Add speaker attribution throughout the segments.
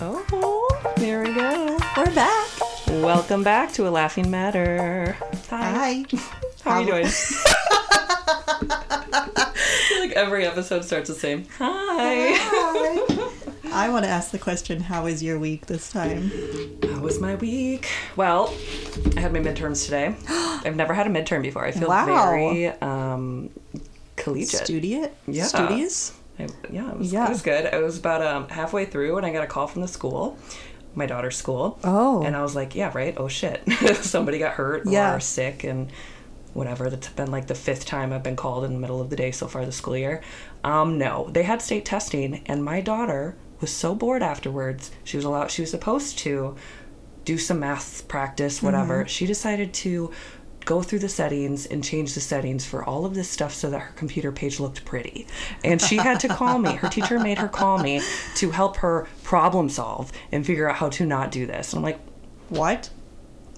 Speaker 1: Oh,
Speaker 2: Welcome back to A Laughing Matter. Hi.
Speaker 1: Hi.
Speaker 2: How are you doing? I feel like every episode starts the same. Hi.
Speaker 1: Hi. I want to ask the question How is your week this time?
Speaker 2: How was my week? Well, I had my midterms today. I've never had a midterm before. I feel
Speaker 1: Wow.
Speaker 2: very um, collegiate.
Speaker 1: Studious?
Speaker 2: Yeah.
Speaker 1: Studious?
Speaker 2: I, yeah, it was,
Speaker 1: Yeah.
Speaker 2: it was good. I was about um, halfway through and I got a call from the school, my daughter's school.
Speaker 1: Oh.
Speaker 2: And I was like, yeah, right? Oh, shit. Somebody got hurt
Speaker 1: Yeah.
Speaker 2: or sick and whatever. That's been like the fifth time I've been called in the middle of the day so far this school year. Um, no, they had state testing and my daughter was so bored afterwards. She was allowed, she was supposed to do some math practice, whatever. She decided to go through the settings and change the settings for all of this stuff so that her computer page looked pretty. And she had to call me. Her teacher made her call me to help her problem solve and figure out how to not do this. And I'm like,
Speaker 1: What?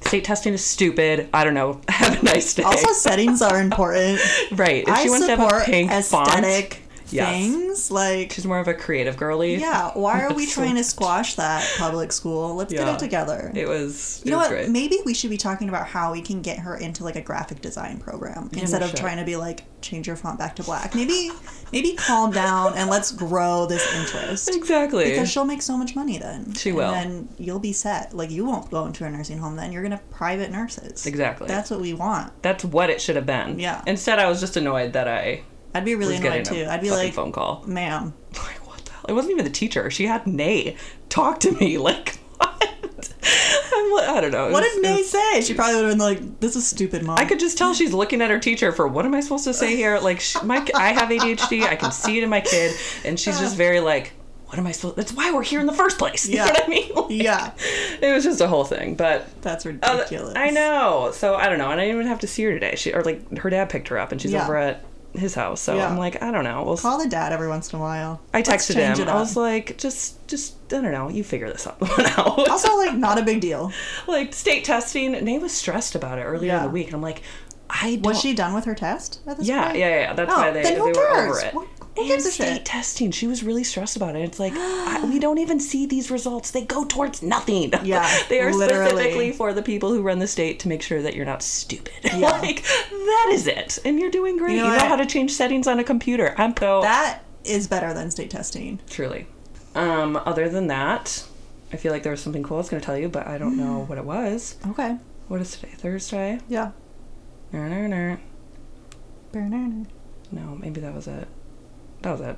Speaker 2: state testing is stupid. I don't know. Have a nice day.
Speaker 1: Also, settings are important.
Speaker 2: right. If
Speaker 1: I
Speaker 2: she wants to
Speaker 1: support
Speaker 2: have a pink
Speaker 1: aesthetic
Speaker 2: font, yes.
Speaker 1: things. Like,
Speaker 2: she's more of a creative girly.
Speaker 1: yeah, why are we
Speaker 2: So-
Speaker 1: trying to squash that public school? Let's get
Speaker 2: Yeah.
Speaker 1: it together.
Speaker 2: It was.
Speaker 1: you
Speaker 2: it
Speaker 1: know
Speaker 2: was
Speaker 1: what?
Speaker 2: great.
Speaker 1: Maybe we should be talking about how we can get her into like a graphic design program instead of
Speaker 2: should.
Speaker 1: trying to be like change your font back to black. Maybe maybe calm down and let's grow this interest.
Speaker 2: Exactly.
Speaker 1: Because she'll make so much money then.
Speaker 2: She will.
Speaker 1: And then you'll be set. Like you won't go into a nursing home then. You're gonna have private nurses.
Speaker 2: Exactly.
Speaker 1: That's what we want.
Speaker 2: That's what it should have been.
Speaker 1: Yeah.
Speaker 2: Instead, I was just annoyed that I
Speaker 1: I'd be really
Speaker 2: was getting
Speaker 1: annoyed too.
Speaker 2: a
Speaker 1: I'd be
Speaker 2: fucking
Speaker 1: like,
Speaker 2: phone call.
Speaker 1: ma'am,
Speaker 2: Like, what the hell? It wasn't even the teacher. She had Nay talk to me. Like, what? I'm, like- I don't know. It
Speaker 1: what
Speaker 2: was-
Speaker 1: did
Speaker 2: it
Speaker 1: May
Speaker 2: was-
Speaker 1: say? She probably would have been like, this is stupid, mom.
Speaker 2: I could just tell she's looking at her teacher for what am I supposed to say here? Like, sh my, I have ADHD. I can see it in my kid, and she's just very like, what am I supposed? That's why we're here in the first place. You
Speaker 1: Yeah.
Speaker 2: know what I mean? Like,
Speaker 1: Yeah,
Speaker 2: It was just a whole thing, but.
Speaker 1: that's
Speaker 2: Oh,
Speaker 1: ridiculous.
Speaker 2: I know. So I don't know, and I didn't even have to see her today. She or like her dad picked her up, and she's
Speaker 1: Yeah.
Speaker 2: over at his house. So
Speaker 1: Yeah.
Speaker 2: I'm like, I don't know. We'll
Speaker 1: Call the dad every once in a while.
Speaker 2: I
Speaker 1: Let's
Speaker 2: texted
Speaker 1: change
Speaker 2: him.
Speaker 1: it
Speaker 2: I
Speaker 1: up.
Speaker 2: was like, just, just, I don't know. You figure this out out.
Speaker 1: also like not a big deal.
Speaker 2: like state testing. Nay was stressed about it earlier in
Speaker 1: Yeah.
Speaker 2: the week, and I'm like, I don't.
Speaker 1: Was she done with her test at this
Speaker 2: Yeah,
Speaker 1: point?
Speaker 2: yeah, yeah, yeah. That's
Speaker 1: Oh,
Speaker 2: why they,
Speaker 1: then
Speaker 2: they
Speaker 1: who
Speaker 2: were
Speaker 1: cares?
Speaker 2: over it.
Speaker 1: What- who
Speaker 2: and
Speaker 1: gives a
Speaker 2: state
Speaker 1: shit?
Speaker 2: testing. She was really stressed about it. It's like I, we don't even see these results. They go towards nothing.
Speaker 1: Yeah,
Speaker 2: they are
Speaker 1: literally.
Speaker 2: specifically for the people who run the state to make sure that you're not stupid.
Speaker 1: Yeah.
Speaker 2: like that is it. And you're doing great. You
Speaker 1: You know
Speaker 2: know,
Speaker 1: what?
Speaker 2: how to change settings on a computer. I'm so
Speaker 1: That is better than state testing.
Speaker 2: truly. Um, other than that, I feel like there was something cool I was going to tell you, but I don't know what it was.
Speaker 1: Okay.
Speaker 2: What is today? Thursday.
Speaker 1: Yeah.
Speaker 2: Nah, nah, nah.
Speaker 1: Okay.
Speaker 2: No, maybe that was it. That was it.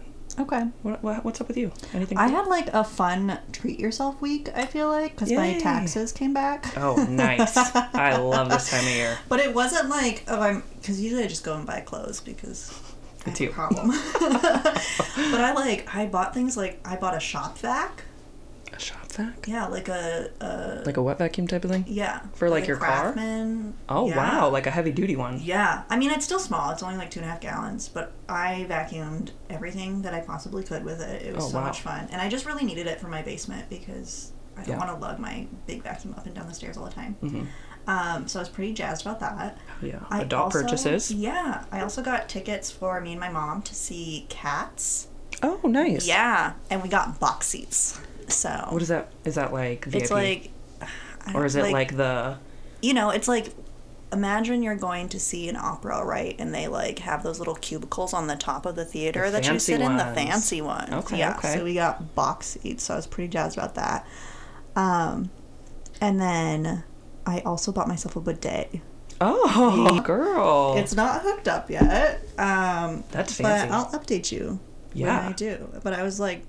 Speaker 2: What, what, what's up with you? Anything?
Speaker 1: I had like a fun treat yourself week, I feel like, because my
Speaker 2: Yay.
Speaker 1: taxes came back.
Speaker 2: Oh, nice. I love this time of year.
Speaker 1: But it wasn't like, oh, I'm, because usually I just go and buy clothes because I
Speaker 2: It's
Speaker 1: have a
Speaker 2: you.
Speaker 1: problem. but I like, I bought things like, I bought a shop vac.
Speaker 2: A shop vac?
Speaker 1: Yeah, like a, a
Speaker 2: Like a wet vacuum type of thing?
Speaker 1: yeah.
Speaker 2: For, like,
Speaker 1: a
Speaker 2: your car?
Speaker 1: Craftsman.
Speaker 2: Oh,
Speaker 1: Yeah.
Speaker 2: wow. Like a heavy duty one.
Speaker 1: Yeah, I mean it's still small. It's only like two and a half gallons, but I vacuumed everything that I possibly could with it. It was
Speaker 2: Oh,
Speaker 1: so
Speaker 2: wow.
Speaker 1: much fun, and I just really needed it for my basement because I don't
Speaker 2: Yeah. Mm-hmm.
Speaker 1: want to lug my big vacuum up and down the stairs all the time. Um, so I was pretty jazzed about that.
Speaker 2: Yeah.
Speaker 1: I
Speaker 2: Adult
Speaker 1: also-
Speaker 2: purchases.
Speaker 1: Yeah, I also got tickets for me and my mom to see Cats.
Speaker 2: Oh, nice.
Speaker 1: Yeah, and we got box seats. So
Speaker 2: What is that? Is that like VIP?
Speaker 1: it's like, I
Speaker 2: or
Speaker 1: don't-
Speaker 2: is it like, the.
Speaker 1: you know, it's like imagine you're going to see an opera, right? And they like have those little cubicles on the top of the theater
Speaker 2: The
Speaker 1: that you
Speaker 2: fancy
Speaker 1: sit in, the
Speaker 2: ones.
Speaker 1: fancy ones.
Speaker 2: Okay,
Speaker 1: yeah.
Speaker 2: okay.
Speaker 1: So we got box seats, so I was pretty jazzed about that. Um, and then I also bought myself a bidet.
Speaker 2: Oh, girl.
Speaker 1: It's not hooked up yet. Um,
Speaker 2: That's fancy.
Speaker 1: but I'll update you
Speaker 2: Yeah.
Speaker 1: when I do. But I was like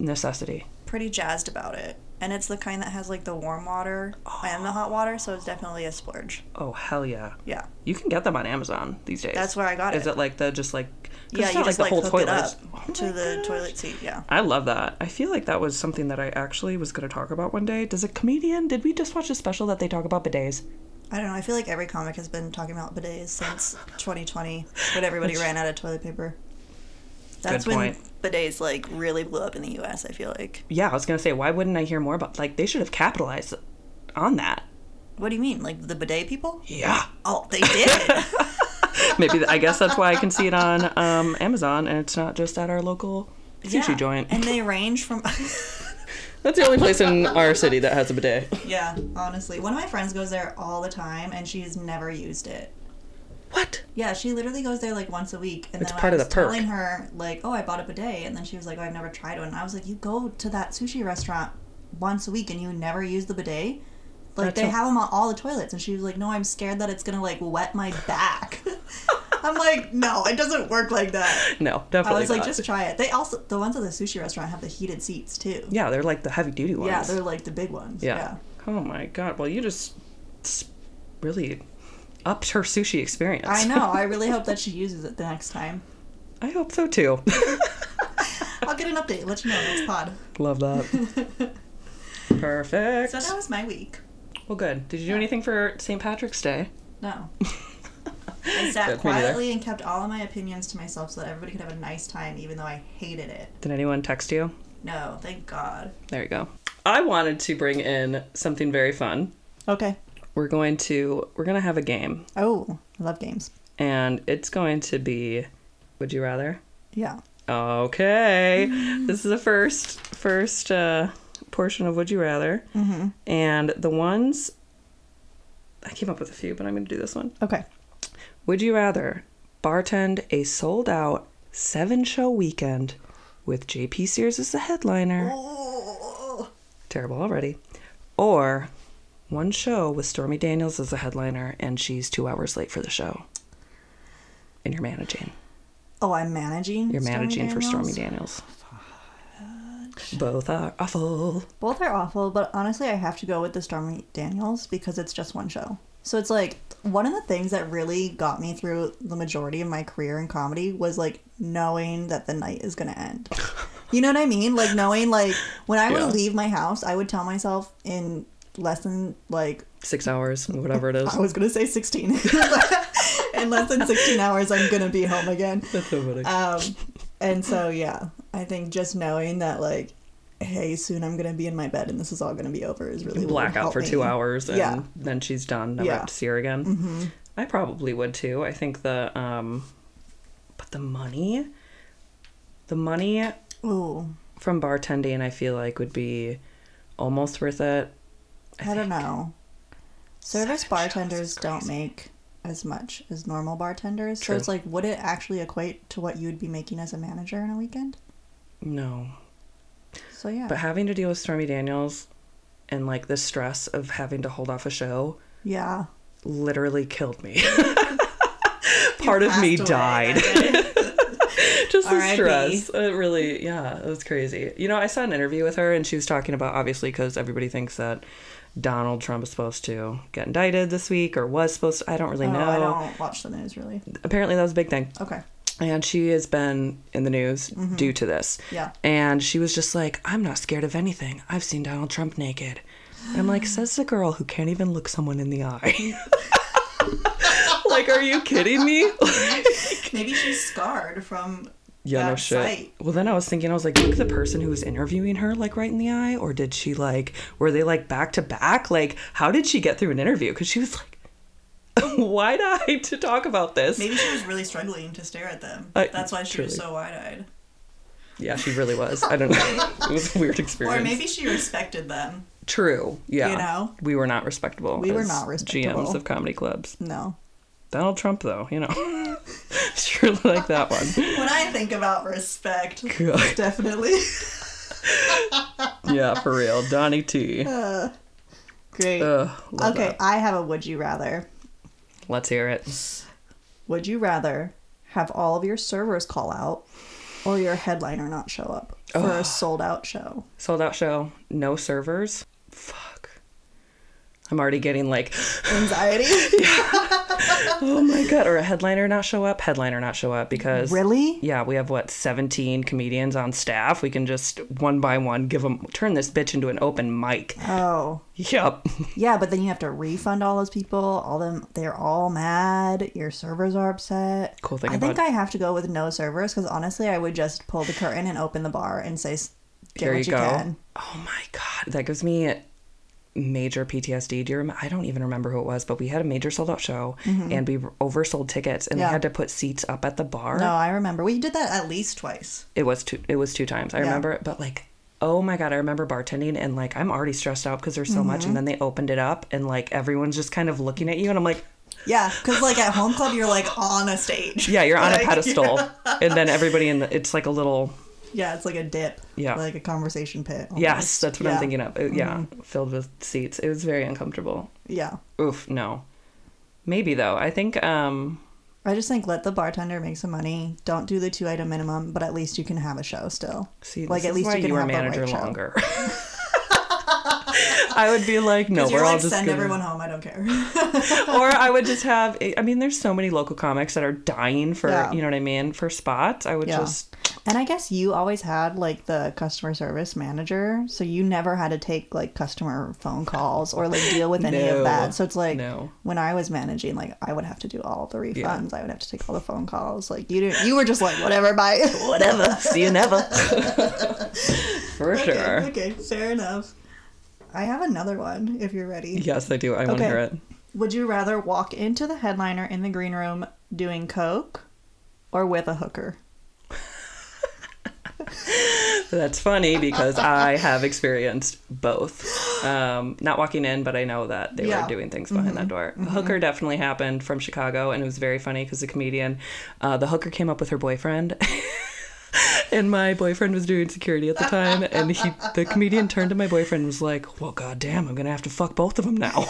Speaker 2: Necessity.
Speaker 1: pretty jazzed about it. And it's the kind that has like the warm water and the hot water, so it's definitely a splurge.
Speaker 2: Oh, hell yeah.
Speaker 1: Yeah.
Speaker 2: You can get them on Amazon these days.
Speaker 1: That's where I got
Speaker 2: Is
Speaker 1: it.
Speaker 2: it like the just like. 'cause
Speaker 1: Yeah,
Speaker 2: it's
Speaker 1: you
Speaker 2: not
Speaker 1: just
Speaker 2: like
Speaker 1: like,
Speaker 2: the whole
Speaker 1: hook
Speaker 2: toilet.
Speaker 1: it
Speaker 2: It's-
Speaker 1: up
Speaker 2: oh
Speaker 1: to
Speaker 2: my
Speaker 1: the
Speaker 2: gosh.
Speaker 1: toilet seat. Yeah.
Speaker 2: I love that. I feel like that was something that I actually was going to talk about one day. Does a comedian, did we just watch a special that they talk about bidets?
Speaker 1: I don't know. I feel like every comic has been talking about bidets since 2020 when everybody ran out of toilet paper. That's
Speaker 2: Good
Speaker 1: when
Speaker 2: point.
Speaker 1: bidets like really blew up in the U.S. I feel like.
Speaker 2: Yeah, I was going to say, why wouldn't I hear more about Like, they should have capitalized on that.
Speaker 1: What do you mean, like the bidet people?
Speaker 2: Yeah.
Speaker 1: Oh, they did.
Speaker 2: Maybe I guess that's why I can see it on um, Amazon and it's not just at our local sushi
Speaker 1: Yeah.
Speaker 2: joint.
Speaker 1: And they range from.
Speaker 2: That's the only place in our city that has a bidet.
Speaker 1: Yeah, honestly. One of my friends goes there all the time and she's never used it.
Speaker 2: What?
Speaker 1: Yeah, she literally goes there like once a week. And
Speaker 2: It's
Speaker 1: then
Speaker 2: part
Speaker 1: I
Speaker 2: of
Speaker 1: was
Speaker 2: the perk.
Speaker 1: telling her, like, oh, I bought a bidet. And then she was like, oh, I've never tried one. And I was like, you go to that sushi restaurant once a week and you never use the bidet? Like,
Speaker 2: That's
Speaker 1: they
Speaker 2: a-
Speaker 1: have them on all the toilets. And she was like, no, I'm scared that it's going to, like, wet my back. I'm like, no, it doesn't work like that.
Speaker 2: No,
Speaker 1: I
Speaker 2: definitely
Speaker 1: was like,
Speaker 2: not.
Speaker 1: just try it. They also, the ones at the sushi restaurant have the heated seats, too.
Speaker 2: yeah, they're like the heavy duty ones.
Speaker 1: Yeah, they're like the big ones.
Speaker 2: Yeah.
Speaker 1: yeah.
Speaker 2: Oh my god. Well, you just s- really upped her sushi experience.
Speaker 1: I know. I really hope that she uses it the next time.
Speaker 2: I hope so too.
Speaker 1: I'll get an update. Let you know next pod.
Speaker 2: Love that. Perfect.
Speaker 1: So that was my week.
Speaker 2: Well, good. Did you do anything for St. Patrick's Day?
Speaker 1: No. I
Speaker 2: Me
Speaker 1: sat
Speaker 2: neither.
Speaker 1: quietly and kept all of my opinions to myself so that everybody could have a nice time, even though I hated it.
Speaker 2: Did anyone text you?
Speaker 1: No, thank God.
Speaker 2: There you go. I wanted to bring in something very fun.
Speaker 1: Okay.
Speaker 2: We're going to we're going to have a game
Speaker 1: Oh, I love games.
Speaker 2: and it's going to be would you rather?
Speaker 1: Yeah.
Speaker 2: Okay.
Speaker 1: Mm-hmm.
Speaker 2: This is the first first uh, portion of Would You Rather,
Speaker 1: Mhm.
Speaker 2: and the ones I came up with a few, but I'm going to do this one.
Speaker 1: Okay.
Speaker 2: Would you rather bartend a sold out seven show weekend with J.P. Sears as the headliner?
Speaker 1: Oh,
Speaker 2: Terrible already. Or one show with Stormy Daniels as the headliner, and she's two hours late for the show. And you're managing.
Speaker 1: Oh, I'm managing.
Speaker 2: You're
Speaker 1: Stormy
Speaker 2: managing for Stormy
Speaker 1: Daniels?
Speaker 2: Daniels. Both are awful.
Speaker 1: Both are awful, but honestly, I have to go with the Stormy Daniels because it's just one show. So it's like one of the things that really got me through the majority of my career in comedy was like knowing that the night is going to end. You know what I mean? Like knowing like when I would
Speaker 2: Yeah.
Speaker 1: leave my house, I would tell myself in less than like
Speaker 2: Six hours, whatever it is.
Speaker 1: I was going to say 16. in less than 16 hours I'm going to be home again.
Speaker 2: That's so funny.
Speaker 1: Um, and so yeah, I think just knowing that like, hey, soon I'm gonna be in my bed and this is all gonna be over is really what would
Speaker 2: Blackout
Speaker 1: help
Speaker 2: for
Speaker 1: me.
Speaker 2: two hours, and
Speaker 1: Yeah.
Speaker 2: then she's done. Never
Speaker 1: Yeah.
Speaker 2: have to see her again.
Speaker 1: Mm-hmm.
Speaker 2: I probably would too. I think the um, but the money, the money
Speaker 1: Ooh,
Speaker 2: from bartending, I feel like would be almost worth it.
Speaker 1: I, don't know. Service
Speaker 2: Seven shows
Speaker 1: bartenders
Speaker 2: is
Speaker 1: don't
Speaker 2: crazy.
Speaker 1: make as much as normal bartenders, so
Speaker 2: True.
Speaker 1: it's like, would it actually equate to what you'd be making as a manager in a weekend?
Speaker 2: No,
Speaker 1: So yeah,
Speaker 2: but having to deal with Stormy Daniels and like the stress of having to hold off a show
Speaker 1: yeah.
Speaker 2: literally killed me. Part of me
Speaker 1: Passed away.
Speaker 2: died. just the
Speaker 1: R.I.P..
Speaker 2: stress. It really, yeah, it was crazy. You know, I saw an interview with her, and she was talking about obviously because everybody thinks that Donald Trump is supposed to get indicted this week or was supposed. to. I don't really
Speaker 1: Oh,
Speaker 2: know.
Speaker 1: I don't watch the news really.
Speaker 2: Apparently, that was a big thing,
Speaker 1: Okay,
Speaker 2: and she has been in the news due to this.
Speaker 1: Mm-hmm. Yeah.
Speaker 2: and she was just like, "I'm not scared of anything. I've seen Donald Trump naked." And I'm like, says the girl who can't even look someone in the eye. like, are you kidding me?
Speaker 1: maybe she's scarred from
Speaker 2: Yeah, no
Speaker 1: that
Speaker 2: shit.
Speaker 1: sight.
Speaker 2: Well, then I was thinking, I was like, look, the person who was interviewing her, like, right in the eye, or did she, like, were they, like, back to back? Like, how did she get through an interview? Because she was, like, wide eyed to talk about this.
Speaker 1: Maybe she was really struggling to stare at them.
Speaker 2: I-
Speaker 1: That's why she was
Speaker 2: truly.
Speaker 1: so wide eyed.
Speaker 2: Yeah, she really was. I don't know. it was a weird experience.
Speaker 1: Or maybe she respected them.
Speaker 2: True. Yeah.
Speaker 1: You know?
Speaker 2: We were not respectable.
Speaker 1: We were
Speaker 2: as
Speaker 1: not respectable.
Speaker 2: GMs of comedy clubs.
Speaker 1: No.
Speaker 2: Donald Trump, though, you know. sure like that one.
Speaker 1: When I think about respect,
Speaker 2: God.
Speaker 1: definitely.
Speaker 2: Yeah, for real. Donnie T.
Speaker 1: Great.
Speaker 2: Ugh, Uh, love
Speaker 1: Uh, okay,
Speaker 2: that.
Speaker 1: I have a would you rather.
Speaker 2: Let's hear it.
Speaker 1: Would you rather have all of your servers call out or your headliner not show up for a sold out show?
Speaker 2: sold out show, no servers. Fuck. I'm already getting like,
Speaker 1: Anxiety?
Speaker 2: oh my god, or a headliner not show up, headliner not show up because
Speaker 1: really?
Speaker 2: yeah, we have what 17 comedians on staff. We can just one by one give them turn this bitch into an open mic.
Speaker 1: Oh.
Speaker 2: Yup.
Speaker 1: Yeah, but then you have to refund all those people. All them they're all mad. Your servers are upset.
Speaker 2: Cool thing
Speaker 1: I think
Speaker 2: about-
Speaker 1: I have to go with no servers because honestly, I would just pull the curtain and open the bar and say, "S- "Get
Speaker 2: Here
Speaker 1: what
Speaker 2: you
Speaker 1: you,
Speaker 2: go.
Speaker 1: can."
Speaker 2: Oh my god, that gives me major PTSD. Do you remember? I don't even remember who it was, but we had a major sold out show and we oversold tickets and
Speaker 1: Mm-hmm. Yeah.
Speaker 2: we had to put seats up at the bar.
Speaker 1: No, I remember we did that at least twice.
Speaker 2: It was two. It was two times. I remember it, but like oh my god i remember bartending and like i'm already stressed out because there's so much
Speaker 1: Mm-hmm.
Speaker 2: and then they opened it up and like everyone's just kind of looking at you and i'm like
Speaker 1: Yeah, because like at home club, you're like on a stage.
Speaker 2: yeah you're on a
Speaker 1: Like,
Speaker 2: pedestal and then everybody in the it's like a little
Speaker 1: Yeah, it's like a dip.
Speaker 2: Yeah.
Speaker 1: like a conversation pit. almost.
Speaker 2: yes that's what
Speaker 1: Yeah. Mm-hmm.
Speaker 2: i'm thinking of It- yeah filled with seats it was very uncomfortable
Speaker 1: Yeah,
Speaker 2: oof no maybe though i think um
Speaker 1: I just think let the bartender make some money. Don't do the two item minimum, but at least you can have a show still.
Speaker 2: See,
Speaker 1: like at least
Speaker 2: why
Speaker 1: you
Speaker 2: you,
Speaker 1: can
Speaker 2: were
Speaker 1: have
Speaker 2: manager
Speaker 1: the right show.
Speaker 2: longer. I would be like, no,
Speaker 1: 'Cause you're
Speaker 2: we're
Speaker 1: like,
Speaker 2: all just
Speaker 1: send
Speaker 2: gonna...
Speaker 1: everyone home. I don't care.
Speaker 2: or I would just have. I mean, there's so many local comics that are dying for,
Speaker 1: Yeah.
Speaker 2: you know what I mean, for spots. I would
Speaker 1: Yeah.
Speaker 2: just
Speaker 1: and I guess you always had like the customer service manager, so you never had to take like customer phone calls or like deal with any of
Speaker 2: No.
Speaker 1: that. So it's like
Speaker 2: No.
Speaker 1: when I was managing, like I would have to do all the refunds. I would have to take all the phone calls. Like you didn't. You were just like whatever. Bye.
Speaker 2: whatever. See you never. for sure.
Speaker 1: Okay, okay, fair enough. I have another one if you're ready.
Speaker 2: Yes, I do. I want to
Speaker 1: Okay.
Speaker 2: hear it.
Speaker 1: Would you rather walk into the headliner in the green room doing coke or with a hooker?
Speaker 2: That's funny because I have experienced both. Um, not walking in, but I know that they
Speaker 1: Yeah.
Speaker 2: were doing things behind that door. The hooker definitely happened from Chicago, and it was very funny because the comedian, uh, the hooker came up with her boyfriend. And my boyfriend was doing security at the time, and he, the comedian turned to my boyfriend and was like, "Well, goddamn, I'm gonna have to fuck both of them now."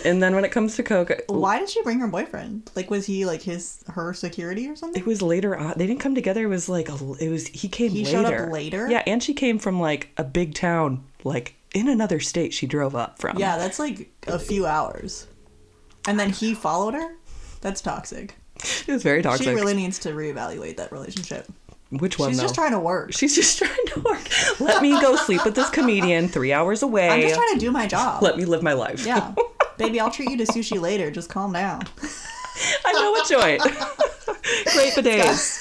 Speaker 2: and then when it comes to coke,
Speaker 1: Why did she bring her boyfriend? Like, was he like his her security or something?
Speaker 2: It was later on. They didn't come together. It was like a, it was he came
Speaker 1: He
Speaker 2: later.
Speaker 1: showed up later?
Speaker 2: Yeah, and she came from like a big town, like in another state. She drove up from.
Speaker 1: Yeah, that's like a few hours, and then he followed her. That's toxic.
Speaker 2: it was very toxic.
Speaker 1: She really needs to reevaluate that relationship.
Speaker 2: Which one
Speaker 1: She's
Speaker 2: though?
Speaker 1: just trying to work.
Speaker 2: She's just trying to work. Let me go sleep with this comedian three hours away.
Speaker 1: I'm just trying to do my job.
Speaker 2: Let me live my life.
Speaker 1: yeah, baby, I'll treat you to sushi later. Just calm down.
Speaker 2: I know a joint. Great bidets.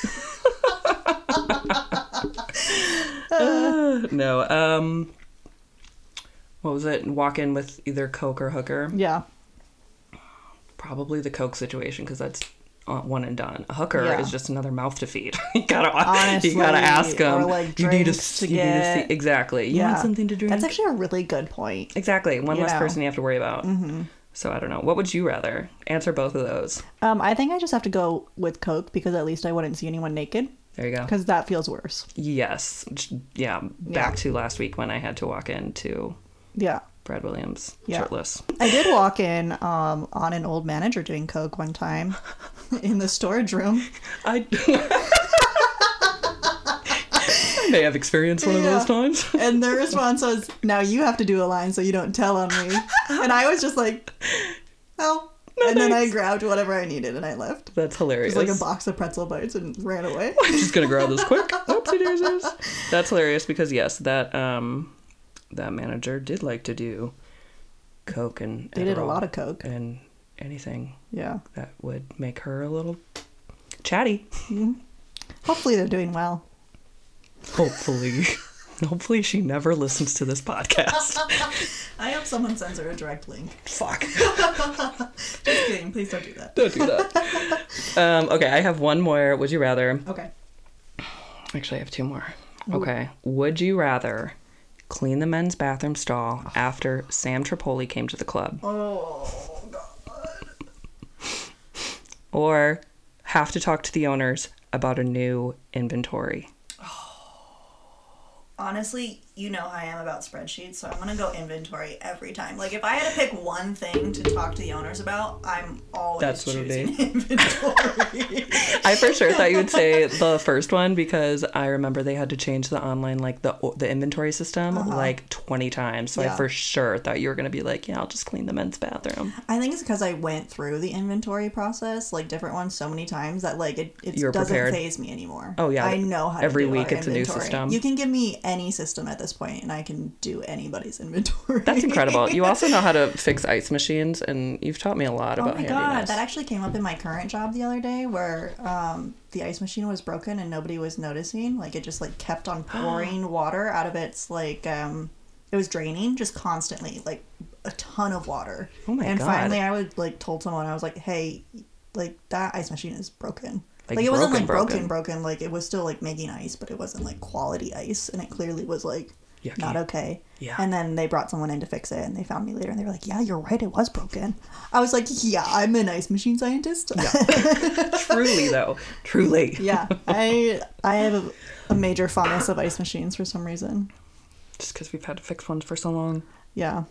Speaker 2: Uh, no. Um. What was it? Walk in with either coke or hooker.
Speaker 1: Yeah,
Speaker 2: probably the coke situation because that's uh, one and done. A hooker
Speaker 1: Yeah.
Speaker 2: is just another mouth to feed. you gotta
Speaker 1: Honestly,
Speaker 2: you gotta ask
Speaker 1: or,
Speaker 2: them.
Speaker 1: like,
Speaker 2: you need a
Speaker 1: drinks to
Speaker 2: you need a
Speaker 1: get.
Speaker 2: se- exactly. You
Speaker 1: yeah.
Speaker 2: want something to drink.
Speaker 1: That's actually a really good point.
Speaker 2: exactly one
Speaker 1: you
Speaker 2: less
Speaker 1: know.
Speaker 2: person you have to worry about.
Speaker 1: Mm-hmm.
Speaker 2: So I don't know. What would you rather answer? Both of those.
Speaker 1: Um, I think I just have to go with Coke because at least I wouldn't see anyone naked
Speaker 2: There you go.
Speaker 1: because that feels worse.
Speaker 2: Yes. J- Yeah. Back to last week when I had to walk into
Speaker 1: Yeah.
Speaker 2: Brad Williams
Speaker 1: Yeah.
Speaker 2: shirtless.
Speaker 1: I did walk in um, on an old manager doing Coke one time in the storage room.
Speaker 2: I. I may have experienced one of
Speaker 1: Yeah.
Speaker 2: those times.
Speaker 1: And their response was, now you have to do a line so you don't tell on me. And I was just like, oh. and then I grabbed whatever I needed and I left.
Speaker 2: That's hilarious.
Speaker 1: It was like a box of pretzel bites and ran away.
Speaker 2: I'm just gonna grab this quick. Oopsie daisies. That's hilarious because yes, that um, that manager did like to do coke and
Speaker 1: They did a
Speaker 2: Adderall
Speaker 1: lot of Coke.
Speaker 2: and anything
Speaker 1: Yeah.
Speaker 2: that would make her a little chatty.
Speaker 1: Hopefully they're doing well.
Speaker 2: Hopefully, hopefully she never listens to this podcast.
Speaker 1: I hope someone sends her a direct link.
Speaker 2: Fuck,
Speaker 1: Just kidding. Please don't do that.
Speaker 2: don't do that. Um, okay, I have one more. Would you rather?
Speaker 1: Okay.
Speaker 2: Actually, I have two more. Okay. Would you rather clean the men's bathroom stall after Sam Tripoli came to the club?
Speaker 1: Oh, God.
Speaker 2: or have to talk to the owners about a new inventory.
Speaker 1: Honestly, you know how I am about spreadsheets, so I'm gonna go inventory every time. Like if I had to pick one thing to talk to the owners about, I'm always
Speaker 2: That's what it'd be.
Speaker 1: choosing inventory.
Speaker 2: I for sure thought you would say the first one because I remember they had to change the online like the the inventory system like 20 times. So
Speaker 1: Uh-huh. Yeah.
Speaker 2: I for sure thought you were going to be like, yeah, I'll just clean the men's bathroom.
Speaker 1: I think it's because I went through the inventory process, like different ones, so many times that like it, it
Speaker 2: You're
Speaker 1: doesn't
Speaker 2: prepared.
Speaker 1: phase me anymore.
Speaker 2: Oh, yeah.
Speaker 1: I know how.
Speaker 2: Every
Speaker 1: to do
Speaker 2: week
Speaker 1: our
Speaker 2: it's a new
Speaker 1: inventory.
Speaker 2: system.
Speaker 1: You can give me any system at this point, and I can do anybody's inventory.
Speaker 2: That's incredible. You also know how to fix ice machines and you've taught me a lot
Speaker 1: Oh
Speaker 2: about
Speaker 1: my god,
Speaker 2: handiness.
Speaker 1: that actually came up in my current job the other day where um, the ice machine was broken and nobody was noticing. Like it just like kept on pouring water out of its like um, it was draining just constantly, like a ton of water.
Speaker 2: Oh my
Speaker 1: and
Speaker 2: God.
Speaker 1: finally I was like told someone I was like, "Hey, like that ice machine is broken."
Speaker 2: Like,
Speaker 1: Like it wasn't like broken,
Speaker 2: broken.
Speaker 1: broken. Like it was still like making ice, but it wasn't like quality ice, and it clearly was like
Speaker 2: Yucky.
Speaker 1: not okay.
Speaker 2: Yeah.
Speaker 1: And then they brought someone in to fix it, and they found me later, and they were like, "Yeah, you're right, it was broken." I was like, "Yeah, I'm an ice machine scientist."
Speaker 2: Truly though, truly.
Speaker 1: yeah, I I have a, a major fondness of ice machines for some reason.
Speaker 2: Just because we've had to fix ones for so long,
Speaker 1: Yeah,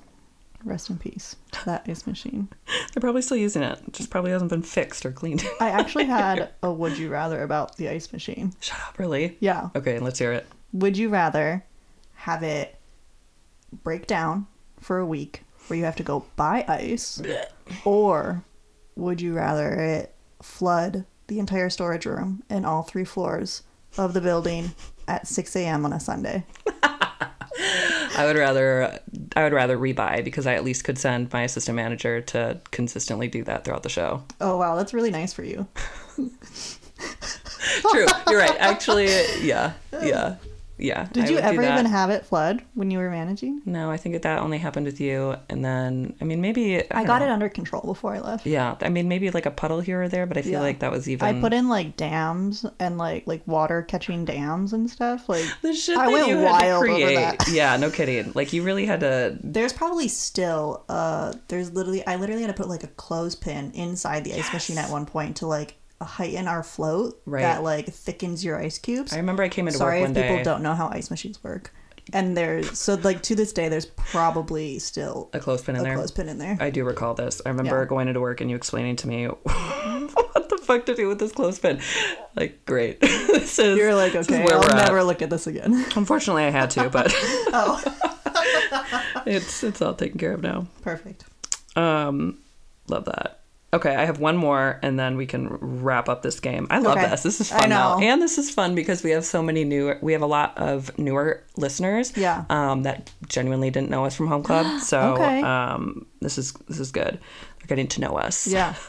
Speaker 1: rest in peace that ice machine.
Speaker 2: they're probably still using it. It just probably hasn't been fixed or cleaned.
Speaker 1: I actually had a would you rather about the ice machine.
Speaker 2: Shut up, really.
Speaker 1: Yeah,
Speaker 2: Okay, let's hear it.
Speaker 1: would you rather have it break down for a week where you have to go buy ice or would you rather it flood the entire storage room and all three floors of the building at 6 a.m on a sunday
Speaker 2: I would rather I would rather rebuy because I at least could send my assistant manager to consistently do that throughout the show.
Speaker 1: oh wow that's really nice for you
Speaker 2: True, you're right. Actually, yeah, yeah, yeah.
Speaker 1: did
Speaker 2: I
Speaker 1: you
Speaker 2: would do
Speaker 1: ever
Speaker 2: that.
Speaker 1: even have it flood when you were managing
Speaker 2: No, I think that only happened with you. And then I mean, maybe I,
Speaker 1: i got it under control before i left
Speaker 2: Yeah, I mean, maybe like a puddle here or there, but I feel
Speaker 1: Yeah.
Speaker 2: like that was even.
Speaker 1: i put in like dams and like like water catching dams and stuff like
Speaker 2: the shit
Speaker 1: I
Speaker 2: that
Speaker 1: went
Speaker 2: you had to
Speaker 1: wild over
Speaker 2: create.
Speaker 1: that.
Speaker 2: Yeah, no kidding. Like you really had to.
Speaker 1: There's probably still uh there's literally I literally had to put like a clothespin inside the ice machine at one point to like heighten our float
Speaker 2: Right.
Speaker 1: that like thickens your ice cubes.
Speaker 2: I remember I came into
Speaker 1: Sorry
Speaker 2: work
Speaker 1: if
Speaker 2: one
Speaker 1: people
Speaker 2: day.
Speaker 1: don't know how ice machines work. And there's so like to this day there's probably still
Speaker 2: A clothespin in
Speaker 1: a
Speaker 2: there.
Speaker 1: clothespin in there.
Speaker 2: I do recall this. I remember
Speaker 1: Yeah.
Speaker 2: going into work and you explaining to me what the fuck to do with this clothespin. Like, great. this is,
Speaker 1: You're like,
Speaker 2: this is
Speaker 1: okay,
Speaker 2: where
Speaker 1: I'll
Speaker 2: we're at."
Speaker 1: never Oh. look at this again.
Speaker 2: Unfortunately, I had to, but it's it's all taken care of now.
Speaker 1: Perfect.
Speaker 2: Um, love that. Okay, I have one more, and then we can wrap up this game. I love
Speaker 1: Okay.
Speaker 2: this. This is
Speaker 1: I
Speaker 2: fun now,
Speaker 1: know.
Speaker 2: and this is fun because we have so many new. We have a lot of newer listeners.
Speaker 1: Yeah.
Speaker 2: Um, that genuinely didn't know us from Home Club. So,
Speaker 1: Okay.
Speaker 2: um, this is this is good. They're getting to know us.
Speaker 1: Yeah.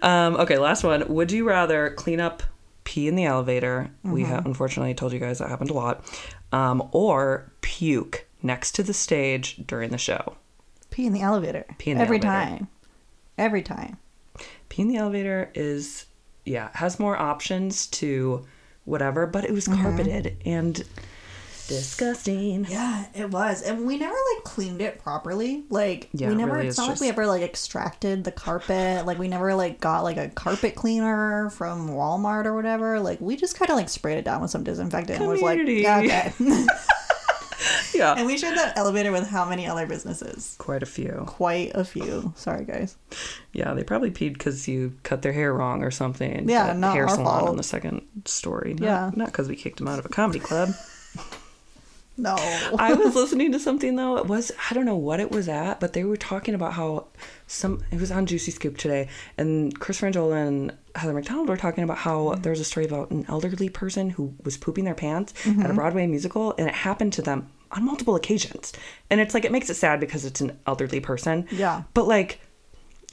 Speaker 2: Um, okay, last one. Would you rather clean up pee in the elevator? We
Speaker 1: Mm-hmm.
Speaker 2: ha- unfortunately told you guys that happened a lot. Um, or puke next to the stage during the show.
Speaker 1: Pee in the elevator.
Speaker 2: Pee in the
Speaker 1: Every
Speaker 2: elevator.
Speaker 1: time. Every time.
Speaker 2: Pee in the elevator is yeah has more options to whatever, but it was
Speaker 1: Mm-hmm.
Speaker 2: carpeted and disgusting.
Speaker 1: Yeah, it was. And we never like cleaned it properly. Like
Speaker 2: Yeah,
Speaker 1: we
Speaker 2: it
Speaker 1: never
Speaker 2: really
Speaker 1: it's
Speaker 2: is
Speaker 1: not like we
Speaker 2: just-
Speaker 1: ever like extracted the carpet. Like we never like got like a carpet cleaner from Walmart or whatever. Like we just kinda like sprayed it down with some disinfectant
Speaker 2: Community.
Speaker 1: and was like, yeah, okay.
Speaker 2: Yeah,
Speaker 1: and we shared that elevator with how many other businesses?
Speaker 2: quite a few.
Speaker 1: Quite a few. Sorry guys.
Speaker 2: Yeah, they probably peed because you cut their hair wrong or something.
Speaker 1: Yeah,
Speaker 2: That
Speaker 1: not
Speaker 2: hair
Speaker 1: our
Speaker 2: salon on
Speaker 1: fault.
Speaker 2: the second story. Not,
Speaker 1: Yeah.
Speaker 2: not because we kicked them out of a comedy club.
Speaker 1: No.
Speaker 2: I was listening to something though. It was I don't know what it was at, but they were talking about how some it was on Juicy Scoop today, and Chris Frangola and Heather McDonald were talking about how
Speaker 1: Mm-hmm.
Speaker 2: there was a story about an elderly person who was pooping their pants at
Speaker 1: Mm-hmm.
Speaker 2: a Broadway musical, and it happened to them on multiple occasions. And it's like it makes it sad because it's an elderly person.
Speaker 1: Yeah.
Speaker 2: But like,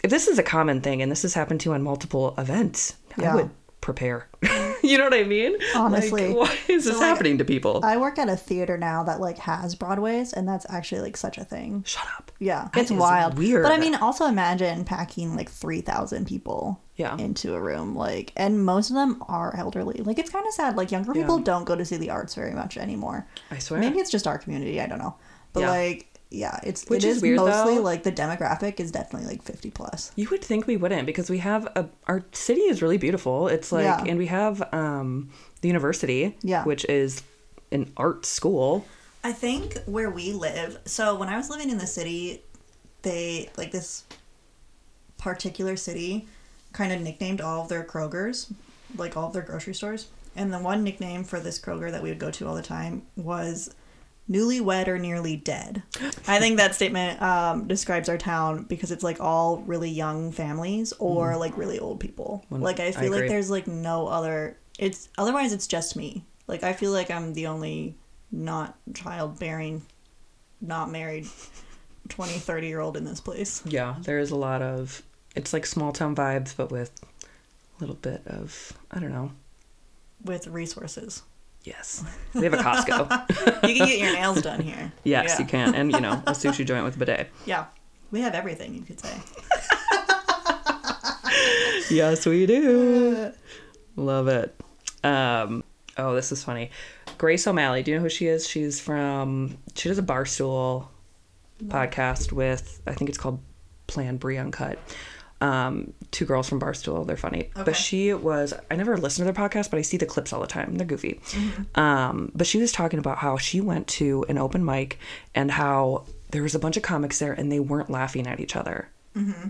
Speaker 2: if this is a common thing and this has happened to you on multiple events, I
Speaker 1: Yeah.
Speaker 2: would prepare. you know what I mean? Like,
Speaker 1: Honestly.
Speaker 2: why is this
Speaker 1: So, like,
Speaker 2: happening to people?
Speaker 1: I work at a theater now that like has Broadways and that's actually like such a thing.
Speaker 2: Shut up.
Speaker 1: Yeah,
Speaker 2: That
Speaker 1: it's
Speaker 2: is
Speaker 1: wild.
Speaker 2: weird.
Speaker 1: But I mean, also imagine packing like three thousand people
Speaker 2: Yeah.
Speaker 1: into a room, like, and most of them are elderly. Like, it's kind of sad. Like, younger people don't go to see the arts very much anymore.
Speaker 2: I swear.
Speaker 1: Maybe it's just our community. I don't know. But
Speaker 2: Yeah.
Speaker 1: like, yeah, it's
Speaker 2: Which
Speaker 1: it
Speaker 2: is
Speaker 1: is,
Speaker 2: weird,
Speaker 1: mostly
Speaker 2: though.
Speaker 1: like the demographic is definitely like fifty plus.
Speaker 2: You would think we wouldn't because we have a our city is really beautiful. It's like
Speaker 1: Yeah.
Speaker 2: and we have um the university,
Speaker 1: Yeah.
Speaker 2: which is an art school.
Speaker 1: I think where we live, so when I was living in the city, they like this particular city kind of nicknamed all of their Kroger's, like all of their grocery stores. And the one nickname for this Kroger that we would go to all the time was newlywed or nearly dead. I think that statement um, describes our town because it's like all really young families or like really old people.
Speaker 2: One-
Speaker 1: like
Speaker 2: Mm. I
Speaker 1: I feel
Speaker 2: agree.
Speaker 1: like there's like no other. It's otherwise it's just me. Like I feel like I'm the only not childbearing, not married 20, 30 year old in this place.
Speaker 2: Yeah, there is a lot of it's like small town vibes, but with a little bit of I don't know.
Speaker 1: with resources.
Speaker 2: Yes, we have a Costco.
Speaker 1: You can get your nails done here.
Speaker 2: yes,
Speaker 1: yeah.
Speaker 2: you can, and you know a sushi joint with bidet.
Speaker 1: Yeah. We have everything, you could say.
Speaker 2: Yes, we do. Love it. Um, oh, this is funny. Grace O'Malley. Do you know who she is? She's from. She does a barstool podcast with. I think it's called Plan Brie Uncut. Um, two girls from Barstool. They're funny.
Speaker 1: Okay.
Speaker 2: But she was. I never listen to their podcast, but I see the clips all the time. They're goofy.
Speaker 1: Mm-hmm.
Speaker 2: Um, but she was talking about how she went to an open mic and how there was a bunch of comics there and they weren't laughing at each other.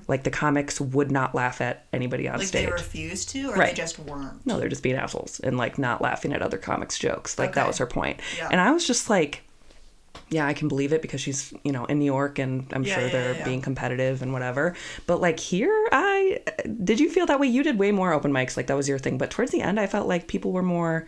Speaker 2: Like the comics would not laugh at anybody on
Speaker 1: Mm-hmm. Like
Speaker 2: stage.
Speaker 1: they refused to, or
Speaker 2: Right.
Speaker 1: they just weren't.
Speaker 2: No, they're just being assholes and like not laughing at other comics' jokes. Like that
Speaker 1: Okay.
Speaker 2: was her point.
Speaker 1: Yeah.
Speaker 2: And I was just like, yeah, I can believe it because she's, you know, in New York and I'm
Speaker 1: Yeah,
Speaker 2: sure
Speaker 1: yeah,
Speaker 2: they're
Speaker 1: yeah, yeah.
Speaker 2: being competitive and whatever. But like here, I did you feel that way? You did way more open mics. Like that was your thing. But towards the end, I felt like people were more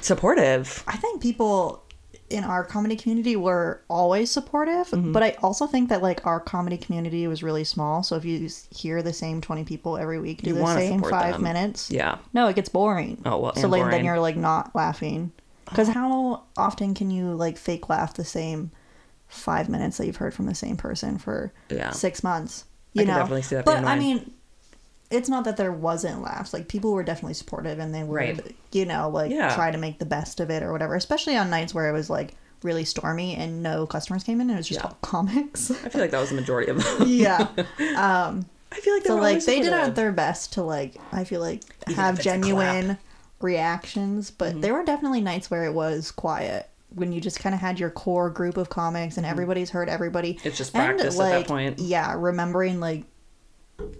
Speaker 2: supportive.
Speaker 1: I think people in our comedy community were always supportive,
Speaker 2: Mm-hmm.
Speaker 1: but I also think that like our comedy community was really small. So if you s- hear the same twenty people every week do
Speaker 2: You
Speaker 1: the
Speaker 2: wanna
Speaker 1: same
Speaker 2: support
Speaker 1: five
Speaker 2: them.
Speaker 1: minutes,
Speaker 2: Yeah.
Speaker 1: no, it gets boring.
Speaker 2: Oh, well,
Speaker 1: so
Speaker 2: and
Speaker 1: like
Speaker 2: boring.
Speaker 1: then you're like not laughing because how often can you like fake laugh the same five minutes that you've heard from the same person for
Speaker 2: Yeah.
Speaker 1: six months?
Speaker 2: I
Speaker 1: You
Speaker 2: can
Speaker 1: know,
Speaker 2: definitely see that
Speaker 1: but
Speaker 2: being
Speaker 1: I
Speaker 2: annoying.
Speaker 1: mean. It's not that there wasn't laughs. Like people were definitely supportive, and they were,
Speaker 2: Right.
Speaker 1: you know, like
Speaker 2: Yeah.
Speaker 1: try to make the best of it or whatever. Especially on nights where it was like really stormy and no customers came in, and it was just
Speaker 2: Yeah.
Speaker 1: all comics.
Speaker 2: I feel like that was the majority of them.
Speaker 1: yeah.
Speaker 2: I feel like they
Speaker 1: so
Speaker 2: were
Speaker 1: like
Speaker 2: always
Speaker 1: they did
Speaker 2: supportive.
Speaker 1: their best to like I feel like
Speaker 2: Even
Speaker 1: have
Speaker 2: if it's a
Speaker 1: genuine reactions, but
Speaker 2: Mm-hmm.
Speaker 1: there were definitely nights where it was quiet when you just kind of had your core group of comics
Speaker 2: Mm-hmm.
Speaker 1: and everybody's heard everybody.
Speaker 2: It's just
Speaker 1: And,
Speaker 2: practice at that point.
Speaker 1: Yeah, remembering like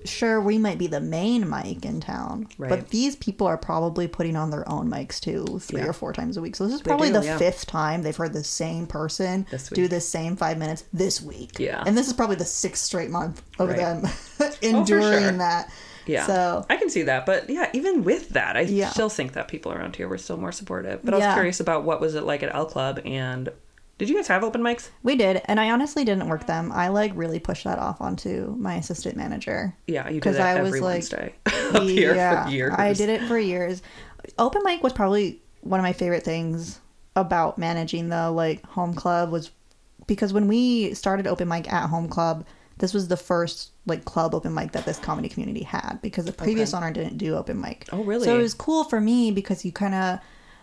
Speaker 1: sure we might be the main mic in town,
Speaker 2: Right.
Speaker 1: but these people are probably putting on their own mics too, three
Speaker 2: Yeah.
Speaker 1: or four times a week. So this is probably
Speaker 2: do,
Speaker 1: the
Speaker 2: yeah.
Speaker 1: fifth time they've heard the same person
Speaker 2: This
Speaker 1: do
Speaker 2: week.
Speaker 1: the same 5 minutes this week.
Speaker 2: Yeah.
Speaker 1: And this is probably the sixth straight month of
Speaker 2: Right.
Speaker 1: them
Speaker 2: Oh, for
Speaker 1: enduring
Speaker 2: sure.
Speaker 1: that.
Speaker 2: Yeah.
Speaker 1: So
Speaker 2: I can see that. But yeah, even with that, I
Speaker 1: Yeah.
Speaker 2: still think that people around here were still more supportive. But I was
Speaker 1: Yeah.
Speaker 2: curious about what was it like at L Club and did you guys have open mics?
Speaker 1: we did, and I honestly didn't work them. I like really pushed that off onto my assistant manager.
Speaker 2: Yeah, you did
Speaker 1: 'Cause
Speaker 2: that
Speaker 1: I was
Speaker 2: every
Speaker 1: like-
Speaker 2: Wednesday up here for years.
Speaker 1: I did it for years. Open mic was probably one of my favorite things about managing the like home club was because when we started open mic at home club, this was the first like club open mic that this comedy community had because the previous owner didn't do open mic.
Speaker 2: Oh, really?
Speaker 1: So it was cool for me because you kind of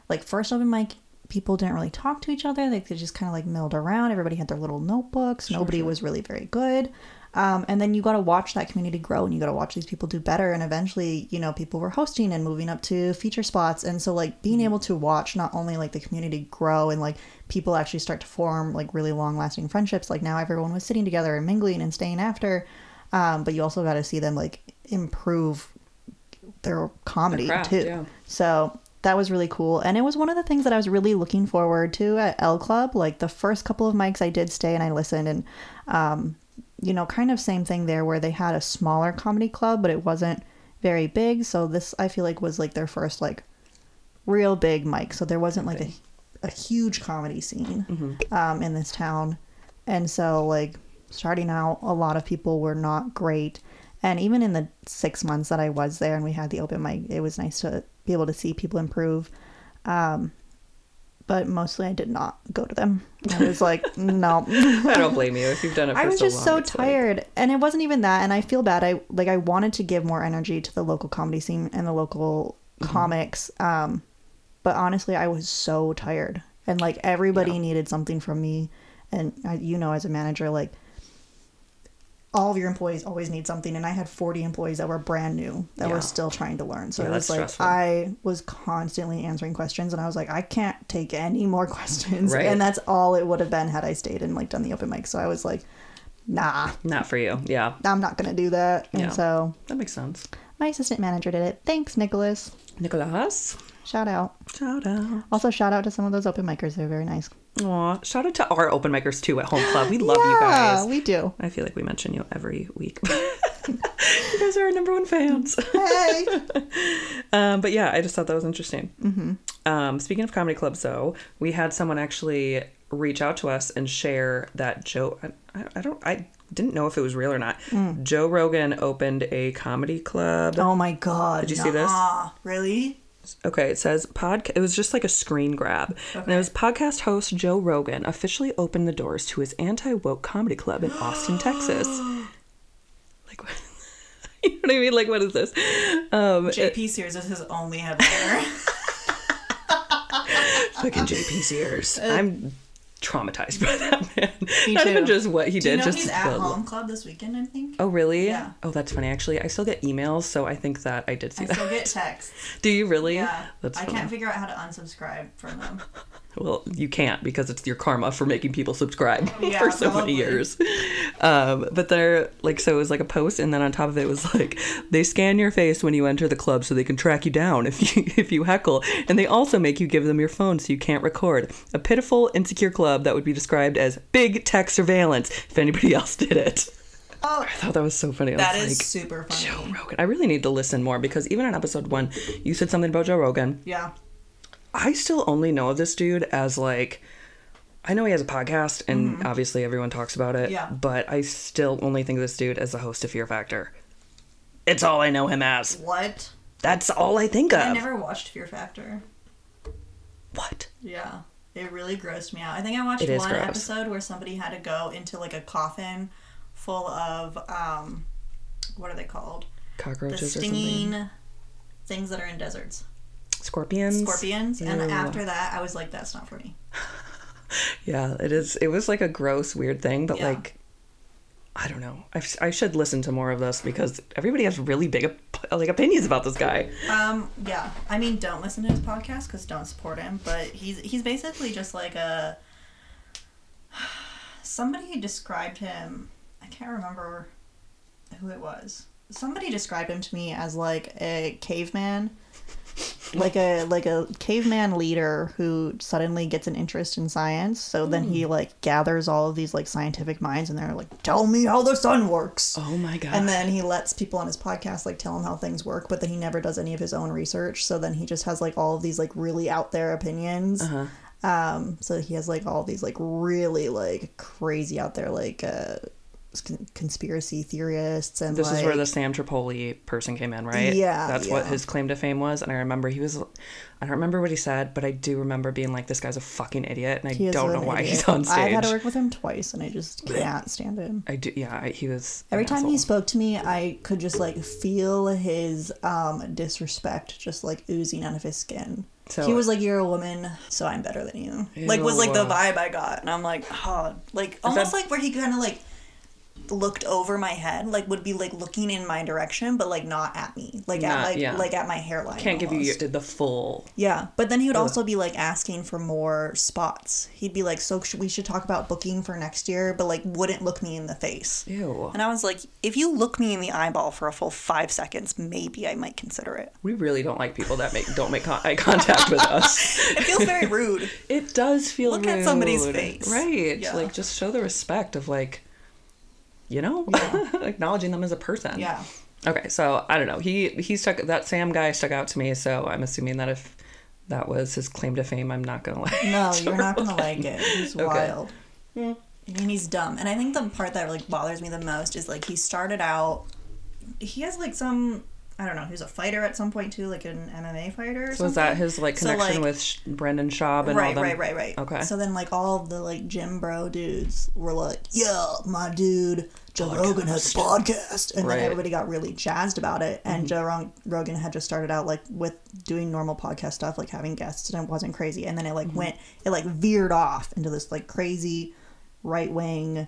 Speaker 1: like first open mic people didn't really talk to each other like they just kind of like milled around everybody had their little notebooks nobody was really very good um, and then you got to watch that community grow and you got to watch these people do better and eventually you know people were hosting and moving up to feature spots and so like being able to watch not only like the community grow and like people actually start to form like really long lasting friendships like now everyone was sitting together and mingling and staying after um, but you also got to see them like improve their comedy
Speaker 2: craft,
Speaker 1: too
Speaker 2: yeah.
Speaker 1: so that was really cool. And it was one of the things that I was really looking forward to at L Club. Like the first couple of mics I did stay and I listened and um, you know, kind of same thing there where they had a smaller comedy club, but it wasn't very big. So this I feel like was like their first like real big mic. So there wasn't like a a huge comedy scene um, in this town. And so like starting out a lot of people were not great. And even in the six months that I was there and we had the open mic, it was nice to be able to see people improve. Um, but mostly I did not go to them. I was like, no.
Speaker 2: I don't blame you if you've done it for
Speaker 1: I was
Speaker 2: so
Speaker 1: just
Speaker 2: long,
Speaker 1: so
Speaker 2: it's like-
Speaker 1: tired, and it wasn't even that. And I feel bad. I like I wanted to give more energy to the local comedy scene and the local
Speaker 2: Mm-hmm.
Speaker 1: comics, um, but honestly, I was so tired, and like everybody
Speaker 2: Yeah.
Speaker 1: needed something from me, and I, you know, as a manager, like all of your employees always need something, and I had forty employees that were brand new that
Speaker 2: Yeah.
Speaker 1: were still trying to learn. So
Speaker 2: Yeah,
Speaker 1: it was
Speaker 2: that's
Speaker 1: like
Speaker 2: stressful.
Speaker 1: I was constantly answering questions, and I was like, I can't take any more questions,
Speaker 2: Right.
Speaker 1: and that's all it would have been had I stayed and like done the open mic. So I was like nah,
Speaker 2: Not for you. Yeah.
Speaker 1: I'm not gonna do that. And
Speaker 2: Yeah.
Speaker 1: so
Speaker 2: That makes sense.
Speaker 1: my assistant manager did it. Thanks, Nicholas.
Speaker 2: Nicolas.
Speaker 1: Shout out.
Speaker 2: Shout out.
Speaker 1: Also, shout out to some of those open micers. They're very nice.
Speaker 2: Aw. Shout out to our open micers too at Home Club. We love
Speaker 1: yeah,
Speaker 2: you guys.
Speaker 1: we do.
Speaker 2: I feel like we mention you every week. you guys are our number one fans.
Speaker 1: Hey.
Speaker 2: Um, but yeah, I just thought that was interesting. Mm-hmm. Um, speaking of comedy clubs, though, we had someone actually reach out to us and share that Joe. I, I don't. I didn't know if it was real or not. Joe Rogan opened a comedy club.
Speaker 1: oh my god. Did
Speaker 2: you see this?
Speaker 1: Really?
Speaker 2: Okay, it says podcast. It was just like a screen grab, and it was podcast host Joe Rogan officially opened the doors to his anti woke comedy club in Austin, Texas. Like, what? you know what I mean? Like, what is this? Um, it-
Speaker 1: JP Sears is his only headliner.
Speaker 2: fucking JP's ears. I'm traumatized by that man.
Speaker 1: Uh, Me
Speaker 2: Not
Speaker 1: too.
Speaker 2: even just what he
Speaker 1: Do you
Speaker 2: did.
Speaker 1: know
Speaker 2: just
Speaker 1: he's at
Speaker 2: the-
Speaker 1: Home Club this weekend? I think.
Speaker 2: Oh really?
Speaker 1: Yeah.
Speaker 2: Oh, that's funny. Actually, I still get emails, so I think that I did see
Speaker 1: I
Speaker 2: that.
Speaker 1: still get texts.
Speaker 2: Do you really?
Speaker 1: Yeah,
Speaker 2: That's
Speaker 1: I
Speaker 2: funny.
Speaker 1: can't figure out how to unsubscribe from them.
Speaker 2: Well, you can't because it's your karma for making people subscribe
Speaker 1: Yeah,
Speaker 2: for so
Speaker 1: probably.
Speaker 2: many years. Um, but they're like, so it was like a post, and then on top of it was like, they scan your face when you enter the club so they can track you down if you if you heckle, and they also make you give them your phone so you can't record. A pitiful, insecure club that would be described as big tech surveillance if anybody else did it.
Speaker 1: Oh,
Speaker 2: I thought that was so funny. I
Speaker 1: that
Speaker 2: was
Speaker 1: is
Speaker 2: like,
Speaker 1: super
Speaker 2: Joe
Speaker 1: funny.
Speaker 2: Rogan. I really need to listen more because even on episode one, you said something about Joe Rogan.
Speaker 1: Yeah,
Speaker 2: I still only know of this dude as like I know he has a podcast and obviously everyone talks about it.
Speaker 1: Mm-hmm. Yeah.
Speaker 2: But I still only think of this dude as the host of Fear Factor. It's all I know him as.
Speaker 1: what?
Speaker 2: That's all I think of.
Speaker 1: I never watched Fear Factor.
Speaker 2: what?
Speaker 1: Yeah, it really grossed me out. I think I watched
Speaker 2: It is
Speaker 1: one
Speaker 2: gross.
Speaker 1: episode where somebody had to go into like a coffin full of um, what are they called? The
Speaker 2: Cockroaches or something.
Speaker 1: stinging things that are in deserts,
Speaker 2: Scorpions.
Speaker 1: scorpions.
Speaker 2: Ew.
Speaker 1: And after that, I was like, that's not for me.
Speaker 2: Yeah, it is. It was like a gross, weird thing, but
Speaker 1: Yeah.
Speaker 2: like, I don't know. I, I should listen to more of this because everybody has really big op- like opinions about this guy.
Speaker 1: Um, yeah. I mean, don't listen to his podcast because don't support him. But he's he's basically just like a somebody described him. I can't remember who it was. Somebody described him to me as like a caveman, like a like a caveman leader who suddenly gets an interest in science. So then he like gathers all of these like scientific minds, and they're like, "Tell me how the sun works."
Speaker 2: Oh my god.
Speaker 1: and then he lets people on his podcast like tell him how things work but then he never does any of his own research so then he just has like all of these like really out there opinions
Speaker 2: Uh-huh.
Speaker 1: um so he has like all these like really like crazy out there like uh con- conspiracy theorists and
Speaker 2: This
Speaker 1: like,
Speaker 2: is where the Sam Tripoli person came in, right?
Speaker 1: Yeah,
Speaker 2: That's what
Speaker 1: yeah.
Speaker 2: his claim to fame was. And I remember he was, I don't remember what he said, but I do remember being like, this guy's a fucking idiot. And I
Speaker 1: he is
Speaker 2: don't
Speaker 1: an
Speaker 2: know why
Speaker 1: idiot.
Speaker 2: he's on
Speaker 1: i've
Speaker 2: stage.
Speaker 1: had to work with him twice and i just can't stand him
Speaker 2: I do, yeah, I, he was. an
Speaker 1: Every time
Speaker 2: asshole.
Speaker 1: he spoke to me, I could just like feel his um, disrespect just like oozing out of his skin.
Speaker 2: So-
Speaker 1: he was like, "You're a woman, so I'm better than you." Like was like the
Speaker 2: Ew.
Speaker 1: vibe I got, and I'm like, "Oh, like almost like where he kind of like looked over my head, like would be like looking in my direction, but like not at me, like at
Speaker 2: Not-
Speaker 1: like
Speaker 2: yeah.
Speaker 1: like at my hairline."
Speaker 2: Can't give you
Speaker 1: almost.
Speaker 2: the full.
Speaker 1: Yeah, but then he would also be like asking for more spots. He'd be like, "So sh- we should talk about booking for next year," but like wouldn't look me in the face.
Speaker 2: Ew.
Speaker 1: And I was like, if you look me in the eyeball for a full five seconds, maybe I might consider it.
Speaker 2: We really don't like people that make don't make con- eye contact with us.
Speaker 1: It feels very rude.
Speaker 2: It does feel
Speaker 1: Look at somebody's
Speaker 2: rude.
Speaker 1: face.
Speaker 2: right?
Speaker 1: Yeah.
Speaker 2: Like just show the respect of like, you know, acknowledging them as a person.
Speaker 1: Yeah.
Speaker 2: Okay, so I don't know. He he stuck that Sam guy stuck out to me, so I'm assuming that if that was his claim to fame, I'm not gonna like.
Speaker 1: No, you're not gonna like it. He's
Speaker 2: Okay.
Speaker 1: wild. And he's dumb. And I think the part that like bothers me the most is like he started out he has like some I don't know, he was a fighter at some point too, like an MMA fighter or
Speaker 2: So
Speaker 1: something.
Speaker 2: was that his like
Speaker 1: So,
Speaker 2: connection
Speaker 1: like-
Speaker 2: with Sh- Brendan Schaub and all
Speaker 1: Right,
Speaker 2: them?
Speaker 1: right, right, right.
Speaker 2: Okay.
Speaker 1: So then, like, all the like gym bro dudes were like, "Yo, my dude, Joe Rogan has a podcast," and
Speaker 2: Right. Mm-hmm.
Speaker 1: then everybody got really jazzed about it. And Joe Ron- Rogan had just started out like with doing normal podcast stuff, like having guests, and it wasn't crazy. And then it like
Speaker 2: Mm-hmm.
Speaker 1: went, it like veered off into this like crazy right wing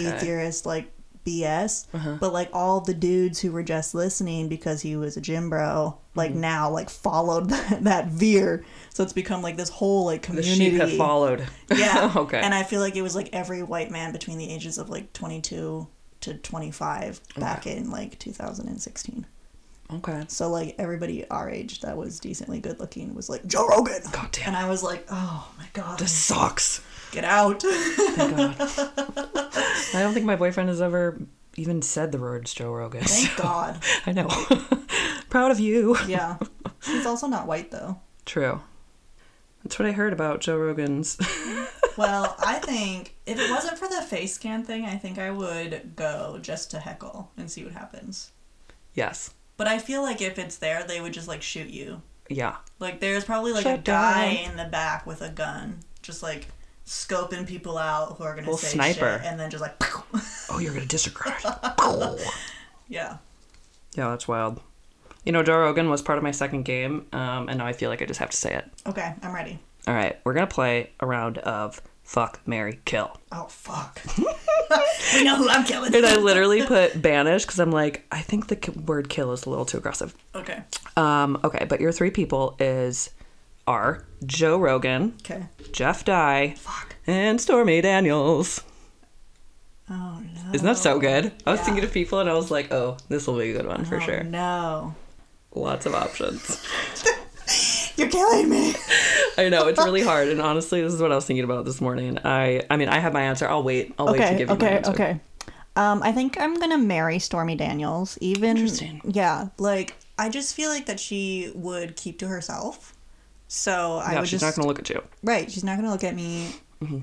Speaker 2: Oh, okay. Uh-huh.
Speaker 1: theorist like BS. But like all the dudes who were just listening because he was a gym bro, like
Speaker 2: Mm-hmm.
Speaker 1: now like followed that, that veer. So it's become like this whole like
Speaker 2: The
Speaker 1: community.
Speaker 2: sheep have followed.
Speaker 1: Yeah.
Speaker 2: Okay.
Speaker 1: And I feel like it was like every white man between the ages of like 22 to 25 back in like 2016.
Speaker 2: okay.
Speaker 1: So like everybody our age that was decently good looking was like Joe Rogan.
Speaker 2: God damn.
Speaker 1: And I was like, "Oh my god.
Speaker 2: This sucks.
Speaker 1: get out."
Speaker 2: Thank God. I don't think my boyfriend has ever even said the words Joe Rogan.
Speaker 1: Thank God.
Speaker 2: I know. Proud of you.
Speaker 1: Yeah. He's also not white though.
Speaker 2: True. That's what I heard about Joe Rogan's.
Speaker 1: Well, I think if it wasn't for the face scan thing, I think I would go just to heckle and see what happens.
Speaker 2: yes.
Speaker 1: But I feel like if it's there, they would just like shoot you.
Speaker 2: Yeah.
Speaker 1: Like there's probably like a
Speaker 2: Shut
Speaker 1: guy
Speaker 2: down.
Speaker 1: in the back with a gun, just like scoping people out who are gonna
Speaker 2: Little
Speaker 1: say
Speaker 2: sniper.
Speaker 1: shit, and then just like
Speaker 2: Oh, you're gonna disagree.
Speaker 1: Yeah.
Speaker 2: Yeah, that's wild. You know, Joe Rogan was part of my second game, um, and now I feel like I just have to say it.
Speaker 1: Okay, I'm ready.
Speaker 2: All right, we're gonna play a round of fuck, Mary, kill.
Speaker 1: Oh fuck. we know who I'm killing.
Speaker 2: And I literally put banish because I'm like, I think the ki- word kill is a little too aggressive.
Speaker 1: Okay.
Speaker 2: Um, okay, but your three people is are Joe Rogan,
Speaker 1: Okay.
Speaker 2: Jeff Dye,
Speaker 1: Fuck.
Speaker 2: and Stormy Daniels.
Speaker 1: Oh no.
Speaker 2: Isn't that so good? I was
Speaker 1: Yeah.
Speaker 2: thinking of people and I was like, oh, this will be a good one for
Speaker 1: Oh,
Speaker 2: sure.
Speaker 1: No.
Speaker 2: Lots of options.
Speaker 1: You're killing me.
Speaker 2: I know it's really hard, and honestly, this is what I was thinking about this morning. I, I mean, I have my answer. I'll wait. I'll wait to
Speaker 1: okay.
Speaker 2: give you my
Speaker 1: Okay.
Speaker 2: answer.
Speaker 1: Okay. Um, I think I'm gonna marry Stormy Daniels. Even
Speaker 2: Interesting.
Speaker 1: Yeah. Like I just feel like that she would keep to herself. So I
Speaker 2: Yeah,
Speaker 1: would
Speaker 2: she's
Speaker 1: just
Speaker 2: not gonna Mm-hmm. look at you.
Speaker 1: right. She's not gonna look at me.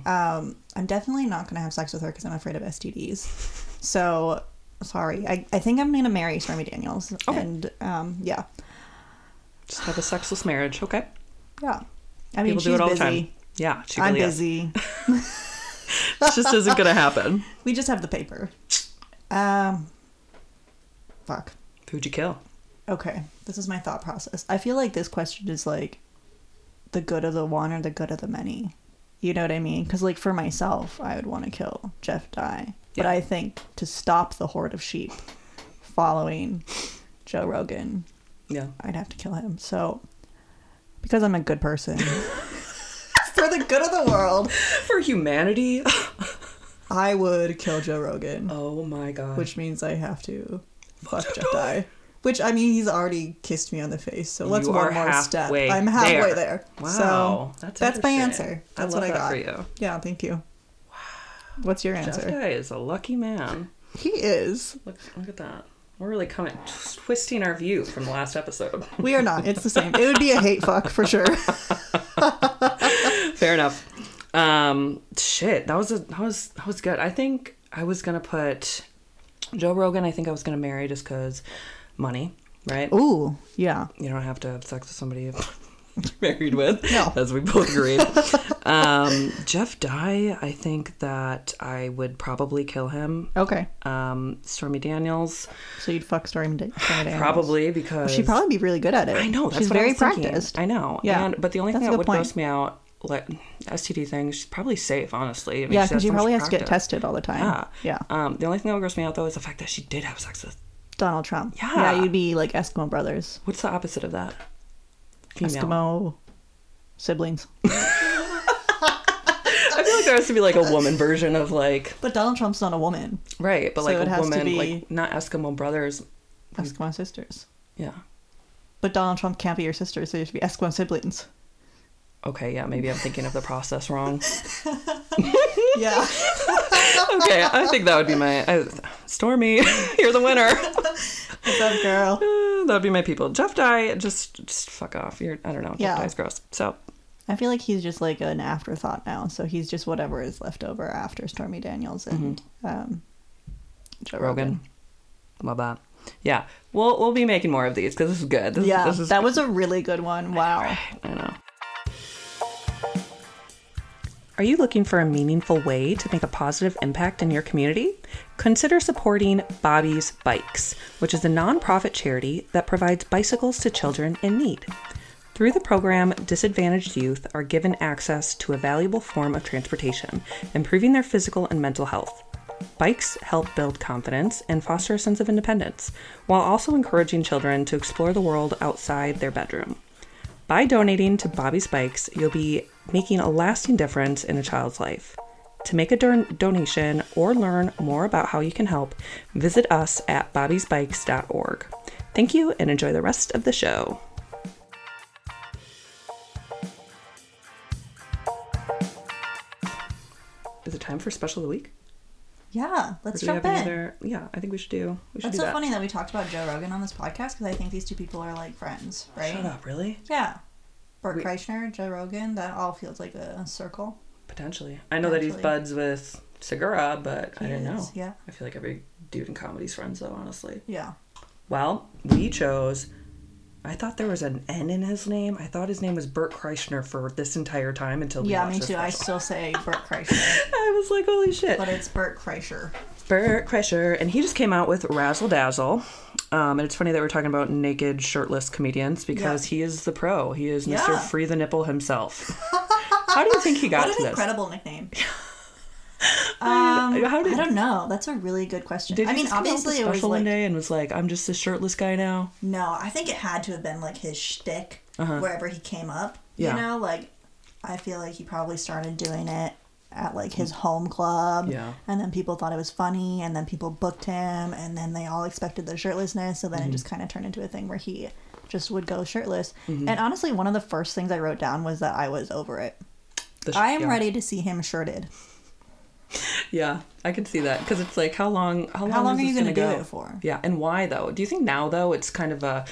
Speaker 1: Um, I'm definitely not gonna have sex with her because I'm afraid of STDs. So sorry. I, I think I'm gonna marry Stormy Daniels. And um, yeah.
Speaker 2: Just have a sexless marriage, okay?
Speaker 1: Yeah. I mean,
Speaker 2: People
Speaker 1: she's
Speaker 2: do it all
Speaker 1: busy.
Speaker 2: the time. Yeah, she
Speaker 1: I'm
Speaker 2: really is.
Speaker 1: busy.
Speaker 2: This just isn't gonna happen.
Speaker 1: we just have the paper. Um, fuck.
Speaker 2: Who'd you kill?
Speaker 1: Okay, this is my thought process. I feel like this question is like the good of the one or the good of the many. You know what I mean? Because, like, for myself, I would want to kill Jeff Dye. But
Speaker 2: Yeah.
Speaker 1: I think to stop the horde of sheep following Joe Rogan,
Speaker 2: Yeah,
Speaker 1: I'd have to kill him. So, because I'm a good person, for the good of the world,
Speaker 2: for humanity.
Speaker 1: I would kill Joe Rogan.
Speaker 2: oh my god.
Speaker 1: which means I have to fuck Jedi. Which I mean, he's already kissed me on the face, so what's
Speaker 2: You
Speaker 1: one
Speaker 2: are
Speaker 1: more step?
Speaker 2: halfway
Speaker 1: I'm halfway
Speaker 2: there.
Speaker 1: there.
Speaker 2: Wow,
Speaker 1: so
Speaker 2: that's
Speaker 1: that's, my
Speaker 2: interesting.
Speaker 1: answer.
Speaker 2: I
Speaker 1: That's
Speaker 2: love
Speaker 1: what I
Speaker 2: that
Speaker 1: got
Speaker 2: for you.
Speaker 1: Yeah, thank you. What's your
Speaker 2: Jeff
Speaker 1: answer?
Speaker 2: Guy is a lucky man.
Speaker 1: He is.
Speaker 2: Look, look at that. We're really coming, twisting our view from the last episode.
Speaker 1: We are not. It's the same. It would be a hate fuck for sure.
Speaker 2: Fair enough. Um, shit, that was a, that was that was good. I think I was gonna put Joe Rogan. I think I was gonna marry just because money, right?
Speaker 1: Ooh, yeah.
Speaker 2: You don't have to have sex with somebody you're married with.
Speaker 1: No.
Speaker 2: as we both agreed. um, Jeff Dye. I think that I would probably kill him.
Speaker 1: Okay,
Speaker 2: Um, Stormy Daniels,
Speaker 1: so you'd fuck Stormy Da- Stormy Daniels.
Speaker 2: probably because
Speaker 1: She'd probably be really good at it.
Speaker 2: I know. That's
Speaker 1: She's
Speaker 2: what I
Speaker 1: very
Speaker 2: was thinking.
Speaker 1: practiced.
Speaker 2: I know.
Speaker 1: Yeah,
Speaker 2: And, but the only
Speaker 1: that's
Speaker 2: thing that
Speaker 1: a good
Speaker 2: would
Speaker 1: point.
Speaker 2: gross me out, like STD thing, she's probably safe, honestly. I mean,
Speaker 1: yeah,
Speaker 2: she has
Speaker 1: because she
Speaker 2: so much
Speaker 1: probably has to get
Speaker 2: practice.
Speaker 1: tested all the time.
Speaker 2: Yeah.
Speaker 1: yeah.
Speaker 2: Um, the only thing that would gross me out though is the fact that she did have sex with.
Speaker 1: Donald Trump.
Speaker 2: Yeah.
Speaker 1: yeah. You'd be like Eskimo brothers.
Speaker 2: What's the opposite of that?
Speaker 1: Eskimo siblings.
Speaker 2: I feel like there has to be like a woman version of like
Speaker 1: But Donald Trump's not a woman.
Speaker 2: right, but
Speaker 1: So
Speaker 2: like
Speaker 1: it
Speaker 2: a
Speaker 1: has to
Speaker 2: woman,
Speaker 1: be-
Speaker 2: like not Eskimo brothers.
Speaker 1: Eskimo sisters.
Speaker 2: Yeah.
Speaker 1: But Donald Trump can't be your sister, so you have to be Eskimo siblings.
Speaker 2: Okay. Yeah. Maybe I'm thinking of the process wrong.
Speaker 1: Yeah.
Speaker 2: Okay. I think that would be my I, Stormy. You're the winner.
Speaker 1: What's up, girl?
Speaker 2: Uh, that would be my people. Jeff Dye. Just just fuck off. You're I don't know. Jeff
Speaker 1: Yeah.
Speaker 2: Dye's gross. So
Speaker 1: I feel like he's just like an afterthought now, so he's just whatever is left over after Stormy Daniels and um, Joe Rogan.
Speaker 2: Rogan. Love that. Yeah. We'll we'll be making more of these because this is good. This,
Speaker 1: Yeah,
Speaker 2: This is
Speaker 1: that was a really good one. Wow.
Speaker 2: I know. Are you looking for a meaningful way to make a positive impact in your community? Consider supporting Bobby's Bikes, which is a nonprofit charity that provides bicycles to children in need. Through the program, disadvantaged youth are given access to a valuable form of transportation, improving their physical and mental health. Bikes help build confidence and foster a sense of independence, while also encouraging children to explore the world outside their bedroom. By donating to Bobby's Bikes, you'll be making a lasting difference in a child's life. To make a don- donation or learn more about how you can help, visit us at bobbysbikes.org. Thank you and enjoy the rest of the show. Is it time for special of the week?
Speaker 1: Yeah, let's
Speaker 2: Or do we have
Speaker 1: jump
Speaker 2: any
Speaker 1: in.
Speaker 2: other? Yeah, I think we should do. We should
Speaker 1: That's
Speaker 2: do
Speaker 1: so
Speaker 2: that.
Speaker 1: funny that we talked about Joe Rogan on this podcast because I think these two people are like friends, right?
Speaker 2: Shut up, really?
Speaker 1: Yeah. Bert
Speaker 2: We-
Speaker 1: Kreischer, Joe Rogan, that all feels like a, a circle.
Speaker 2: Potentially. I know that he's
Speaker 1: Potentially.
Speaker 2: buds with Segura, but I
Speaker 1: He
Speaker 2: don't know.
Speaker 1: is, yeah.
Speaker 2: I feel like every dude in comedy's friends, though, honestly.
Speaker 1: Yeah.
Speaker 2: Well, we chose. I thought there was an N in his name. I thought his name was Bert Kreischer for this entire time until we
Speaker 1: Yeah,
Speaker 2: watched
Speaker 1: me
Speaker 2: this
Speaker 1: too. I
Speaker 2: special.
Speaker 1: still say Bert Kreischer,
Speaker 2: I was like, holy shit.
Speaker 1: but it's Bert Kreischer.
Speaker 2: Bert Kreischer, and he just came out with Razzle Dazzle. Um, and it's funny that we're talking about naked, shirtless comedians because
Speaker 1: Yeah.
Speaker 2: he is the pro. He is Mr.
Speaker 1: Yeah.
Speaker 2: Free the Nipple himself. How do you think he got
Speaker 1: what
Speaker 2: to
Speaker 1: an
Speaker 2: this?
Speaker 1: incredible nickname. um,
Speaker 2: How did-
Speaker 1: I don't know. That's a really good question.
Speaker 2: Did
Speaker 1: I
Speaker 2: he
Speaker 1: mean,
Speaker 2: just come out with a
Speaker 1: obviously it
Speaker 2: special
Speaker 1: was
Speaker 2: one
Speaker 1: like
Speaker 2: day and was like, "I'm just this shirtless guy now."
Speaker 1: no. I think it had to have been like his shtick wherever he came up.
Speaker 2: Uh-huh. Yeah.
Speaker 1: You know, like I feel like he probably started doing it at like his home club.
Speaker 2: Yeah.
Speaker 1: And then people thought it was funny, and then people booked him, and then they all expected the shirtlessness. So then
Speaker 2: Mm-hmm.
Speaker 1: it just kind of turned into a thing where he just would go shirtless.
Speaker 2: Mm-hmm.
Speaker 1: And honestly, one of the first things I wrote down was that I was over it.
Speaker 2: The sh-
Speaker 1: I am
Speaker 2: yeah.
Speaker 1: ready to see him shirted.
Speaker 2: Yeah, I can see that because it's like, how long? How long,
Speaker 1: long
Speaker 2: is
Speaker 1: are you
Speaker 2: this gonna,
Speaker 1: gonna do
Speaker 2: go?
Speaker 1: it for?
Speaker 2: Yeah, and why though? Do you think now though it's kind of a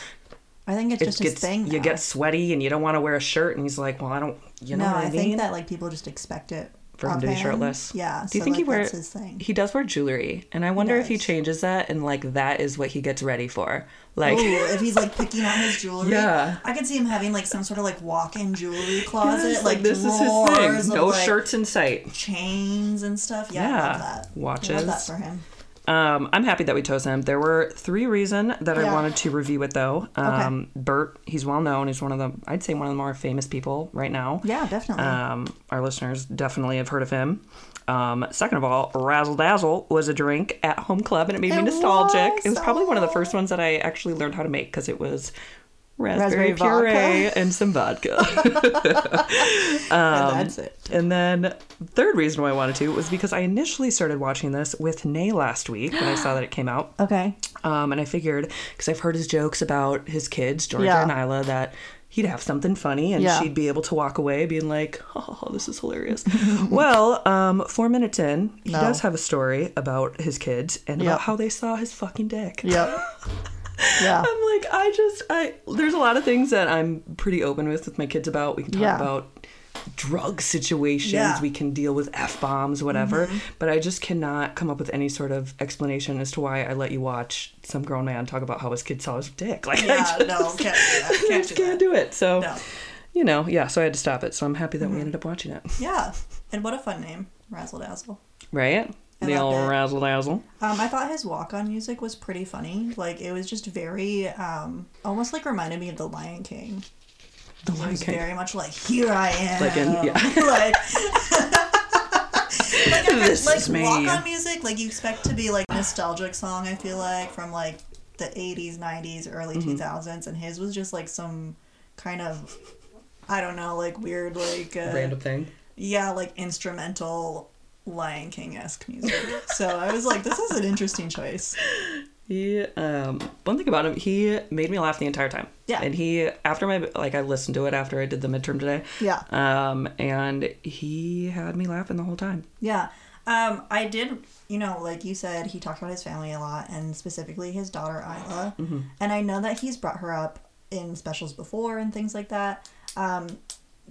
Speaker 1: I think it's
Speaker 2: it
Speaker 1: just
Speaker 2: gets
Speaker 1: his thing.
Speaker 2: you
Speaker 1: now.
Speaker 2: get sweaty and you don't want to wear a shirt, and he's like, "Well, I don't," you know
Speaker 1: no,
Speaker 2: what I,
Speaker 1: I,
Speaker 2: mean?
Speaker 1: think that like people just expect it
Speaker 2: for him
Speaker 1: of
Speaker 2: to be shirtless.
Speaker 1: Yeah.
Speaker 2: Do you
Speaker 1: so,
Speaker 2: think he
Speaker 1: like,
Speaker 2: wears
Speaker 1: that's his thing?
Speaker 2: He does wear jewelry, and I wonder if he
Speaker 1: does.
Speaker 2: changes that and like that is what he gets ready for. Like,
Speaker 1: Ooh, if he's like picking out his jewelry,
Speaker 2: Yeah.
Speaker 1: I could see him having like some sort of like walk-in jewelry closet,
Speaker 2: Yes,
Speaker 1: Oh, like,
Speaker 2: this is his
Speaker 1: drawers
Speaker 2: thing.
Speaker 1: of,
Speaker 2: No
Speaker 1: like,
Speaker 2: shirts in sight.
Speaker 1: chains and stuff. Yeah, I love
Speaker 2: Yeah.
Speaker 1: that. I
Speaker 2: Watches.
Speaker 1: love that for him.
Speaker 2: Um, I'm happy that we chose him. There were three reason that I
Speaker 1: Yeah.
Speaker 2: wanted to review it though. Um, Bert, he's well known. He's one of the, I'd say, one of the more famous people right now.
Speaker 1: Yeah, definitely.
Speaker 2: Um, our listeners definitely have heard of him. Um, second of all, Razzle Dazzle was a drink at home club, and it made me
Speaker 1: It
Speaker 2: nostalgic.
Speaker 1: was. Oh.
Speaker 2: It was probably one of the
Speaker 1: Aw.
Speaker 2: first ones that I actually learned how to make because it was raspberry,
Speaker 1: Raspberry vodka.
Speaker 2: puree and some vodka. Um,
Speaker 1: and that's it.
Speaker 2: and then third reason why I wanted to was because I initially started watching this with Nay last week when I saw that it came out.
Speaker 1: Okay.
Speaker 2: Um, and I figured because I've heard his jokes about his kids, Georgia
Speaker 1: Yeah.
Speaker 2: and Isla, that he'd have something funny and
Speaker 1: Yeah.
Speaker 2: she'd be able to walk away being like, "Oh, this is hilarious." well, um, four minutes in, he
Speaker 1: No.
Speaker 2: does have a story about his kids and
Speaker 1: Yep.
Speaker 2: about how they saw his fucking dick.
Speaker 1: Yep. yeah.
Speaker 2: I'm like, I just, I there's a lot of things that I'm pretty open with with my kids about. We can talk
Speaker 1: Yeah.
Speaker 2: about drug situations.
Speaker 1: Yeah. Mm-hmm.
Speaker 2: We can deal with f bombs, whatever. But I just cannot come up with any sort of explanation as to why I let you watch some grown man talk about how his kid saw his dick. Like, I
Speaker 1: Yeah.
Speaker 2: just,
Speaker 1: No, can't do that.
Speaker 2: I
Speaker 1: Can't
Speaker 2: just
Speaker 1: do
Speaker 2: can't
Speaker 1: that.
Speaker 2: do it. So,
Speaker 1: No. Mm-hmm.
Speaker 2: you know, yeah. So I had to stop it. So I'm happy that we ended up watching it.
Speaker 1: Yeah. And what a fun name, Razzle Dazzle.
Speaker 2: Right?
Speaker 1: I
Speaker 2: the
Speaker 1: loved
Speaker 2: old
Speaker 1: it.
Speaker 2: razzle dazzle.
Speaker 1: Um, I thought his walk on music was pretty funny. Like it was just very um almost like reminded me of the Lion King.
Speaker 2: The
Speaker 1: It
Speaker 2: Lion
Speaker 1: was
Speaker 2: King.
Speaker 1: very much like here I am.
Speaker 2: Like in- yeah.
Speaker 1: like
Speaker 2: This
Speaker 1: like
Speaker 2: is me.
Speaker 1: walk on music, like you expect to be like nostalgic song, I feel like, from like the eighties, nineties, early
Speaker 2: Mm-hmm.
Speaker 1: 2000s and his was just like some kind of I don't know, like weird like uh,
Speaker 2: Random thing.
Speaker 1: yeah, like instrumental Lion King esque music. so I was like, this is an interesting choice.
Speaker 2: He, um, one thing about him, he made me laugh the entire time.
Speaker 1: Yeah.
Speaker 2: And he, after my, like, I listened to it after I did the midterm today.
Speaker 1: Yeah.
Speaker 2: Um, and he had me laughing the whole time.
Speaker 1: Yeah. Um, I did, you know, like you said, he talked about his family a lot and specifically his daughter Isla.
Speaker 2: Mm-hmm.
Speaker 1: And I know that he's brought her up in specials before and things like that. Um,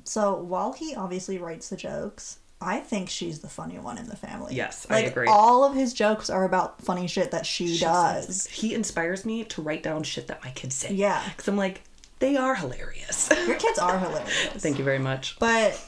Speaker 1: so while he obviously writes the jokes, I think she's the funny one in the family.
Speaker 2: Yes, I
Speaker 1: like,
Speaker 2: agree.
Speaker 1: All of his jokes are about funny shit that she, does.
Speaker 2: He inspires me to write down shit that my kids say.
Speaker 1: Yeah.
Speaker 2: Because I'm like, they are hilarious.
Speaker 1: Your kids are hilarious.
Speaker 2: Thank you very much.
Speaker 1: But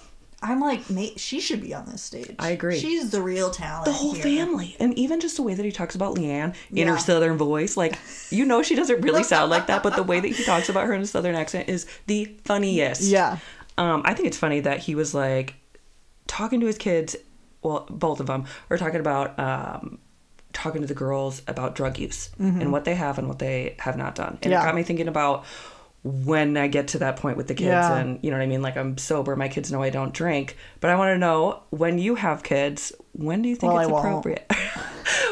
Speaker 1: I'm like, mate, she should be on this stage.
Speaker 2: I agree.
Speaker 1: She's the real talent.
Speaker 2: The whole
Speaker 1: here.
Speaker 2: family. And even just the way that he talks about Leanne in
Speaker 1: Yeah.
Speaker 2: her southern voice. Like, you know, she doesn't really sound like that, but the way that he talks about her in a southern accent is the funniest.
Speaker 1: Yeah.
Speaker 2: Um, I think it's funny that he was like talking to his kids. Well, both of them are talking about um, talking to the girls about drug use and what they have and what they have not done. And
Speaker 1: Mm-hmm. Yeah.
Speaker 2: it got me thinking about when I get to that point with the kids
Speaker 1: Yeah.
Speaker 2: and you know what I mean? Like I'm sober, my kids know I don't drink, but I want to know when you have kids, when do you think
Speaker 1: Well,
Speaker 2: it's
Speaker 1: I won't.
Speaker 2: appropriate?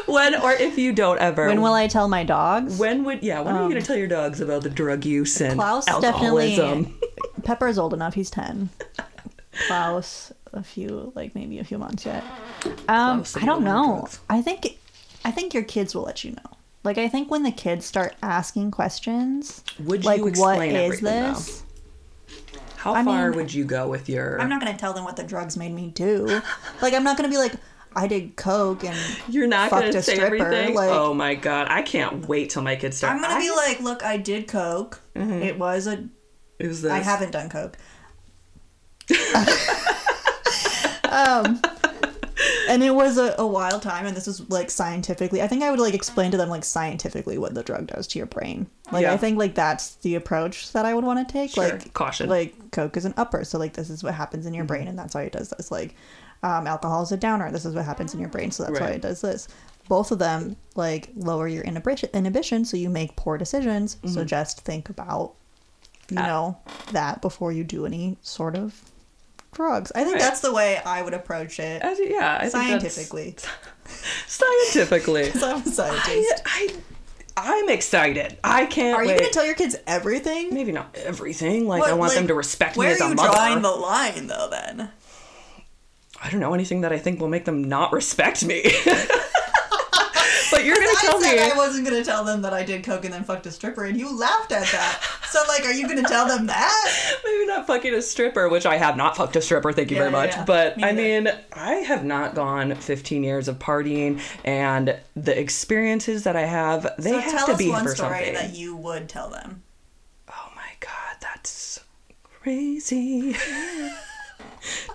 Speaker 2: when or if you don't ever.
Speaker 3: When will I tell my dogs?
Speaker 2: When would yeah, when are you going to tell your dogs about the drug use and
Speaker 1: Um, Klaus
Speaker 2: alcoholism?
Speaker 1: definitely-
Speaker 3: Pepper's old enough. He's ten. Klaus, a few like maybe a few months yet. Um,
Speaker 2: Klaus, if
Speaker 3: I
Speaker 2: you
Speaker 3: don't
Speaker 2: don't want
Speaker 3: know.
Speaker 2: drugs.
Speaker 3: I think, I think your kids will let you know. Like I think when the kids start asking questions,
Speaker 2: Would you
Speaker 3: like what
Speaker 2: explain
Speaker 3: is
Speaker 2: everything, though?
Speaker 3: this?
Speaker 2: How
Speaker 3: I
Speaker 2: far
Speaker 3: mean-
Speaker 2: would you go with your
Speaker 1: I'm not gonna tell them what the drugs made me do. like I'm not gonna be like, I did coke and
Speaker 2: You're not
Speaker 1: fucked
Speaker 2: going to
Speaker 1: a
Speaker 2: say
Speaker 1: stripper,
Speaker 2: everything.
Speaker 1: like-
Speaker 2: oh my god, I can't wait till my kids start.
Speaker 1: I'm gonna
Speaker 2: I-
Speaker 1: be like, look, I did coke. It was a
Speaker 2: Who's this?
Speaker 1: I haven't done coke. Um, and it was a, a wild time and this was like scientifically i think i would like explain to them like scientifically what the drug does to your brain like
Speaker 2: Yeah.
Speaker 1: i think like that's the approach that i would want to take
Speaker 2: Sure.
Speaker 1: like
Speaker 2: Caution. Mm-hmm.
Speaker 1: like coke is an upper so like this is what happens in your brain and that's why it does this like um, alcohol is a downer this is what happens in your brain so that's why
Speaker 2: Right.
Speaker 1: it does this both of them like lower your inhibition inhibition so you make poor decisions so
Speaker 2: Mm-hmm.
Speaker 1: just think about you
Speaker 2: That.
Speaker 1: know that before you do any sort of drugs i think
Speaker 2: Right.
Speaker 1: that's the way i would approach it
Speaker 2: As- yeah, I think that's-
Speaker 1: scientifically.
Speaker 2: scientifically.
Speaker 1: Because I'm a
Speaker 2: I,
Speaker 1: scientist.
Speaker 2: I, I'm excited. I can't
Speaker 1: Are
Speaker 2: wait.
Speaker 1: you going to tell your kids everything?
Speaker 2: Maybe not everything. Like I
Speaker 1: What,
Speaker 2: want them
Speaker 1: like,
Speaker 2: to respect me
Speaker 1: Where
Speaker 2: as
Speaker 1: are
Speaker 2: a
Speaker 1: you
Speaker 2: mother.
Speaker 1: drawing the line, though? Then
Speaker 2: I don't know anything that I think will make them not respect me. but you're gonna
Speaker 1: I
Speaker 2: tell
Speaker 1: said
Speaker 2: me.
Speaker 1: I wasn't going to tell them that I did coke and then fucked a stripper, and you laughed at that. so, like, are you going to tell them that?
Speaker 2: Maybe not fucking a stripper, which I have not fucked a stripper, thank you
Speaker 1: Yeah,
Speaker 2: very
Speaker 1: yeah,
Speaker 2: much.
Speaker 1: yeah.
Speaker 2: But
Speaker 1: Me
Speaker 2: I
Speaker 1: neither.
Speaker 2: mean, I have not gone 15 years of partying, and the experiences that I have, they
Speaker 1: so
Speaker 2: have
Speaker 1: tell
Speaker 2: to
Speaker 1: us
Speaker 2: be
Speaker 1: one
Speaker 2: for
Speaker 1: story
Speaker 2: something.
Speaker 1: that you would tell them.
Speaker 2: Oh my god, that's crazy.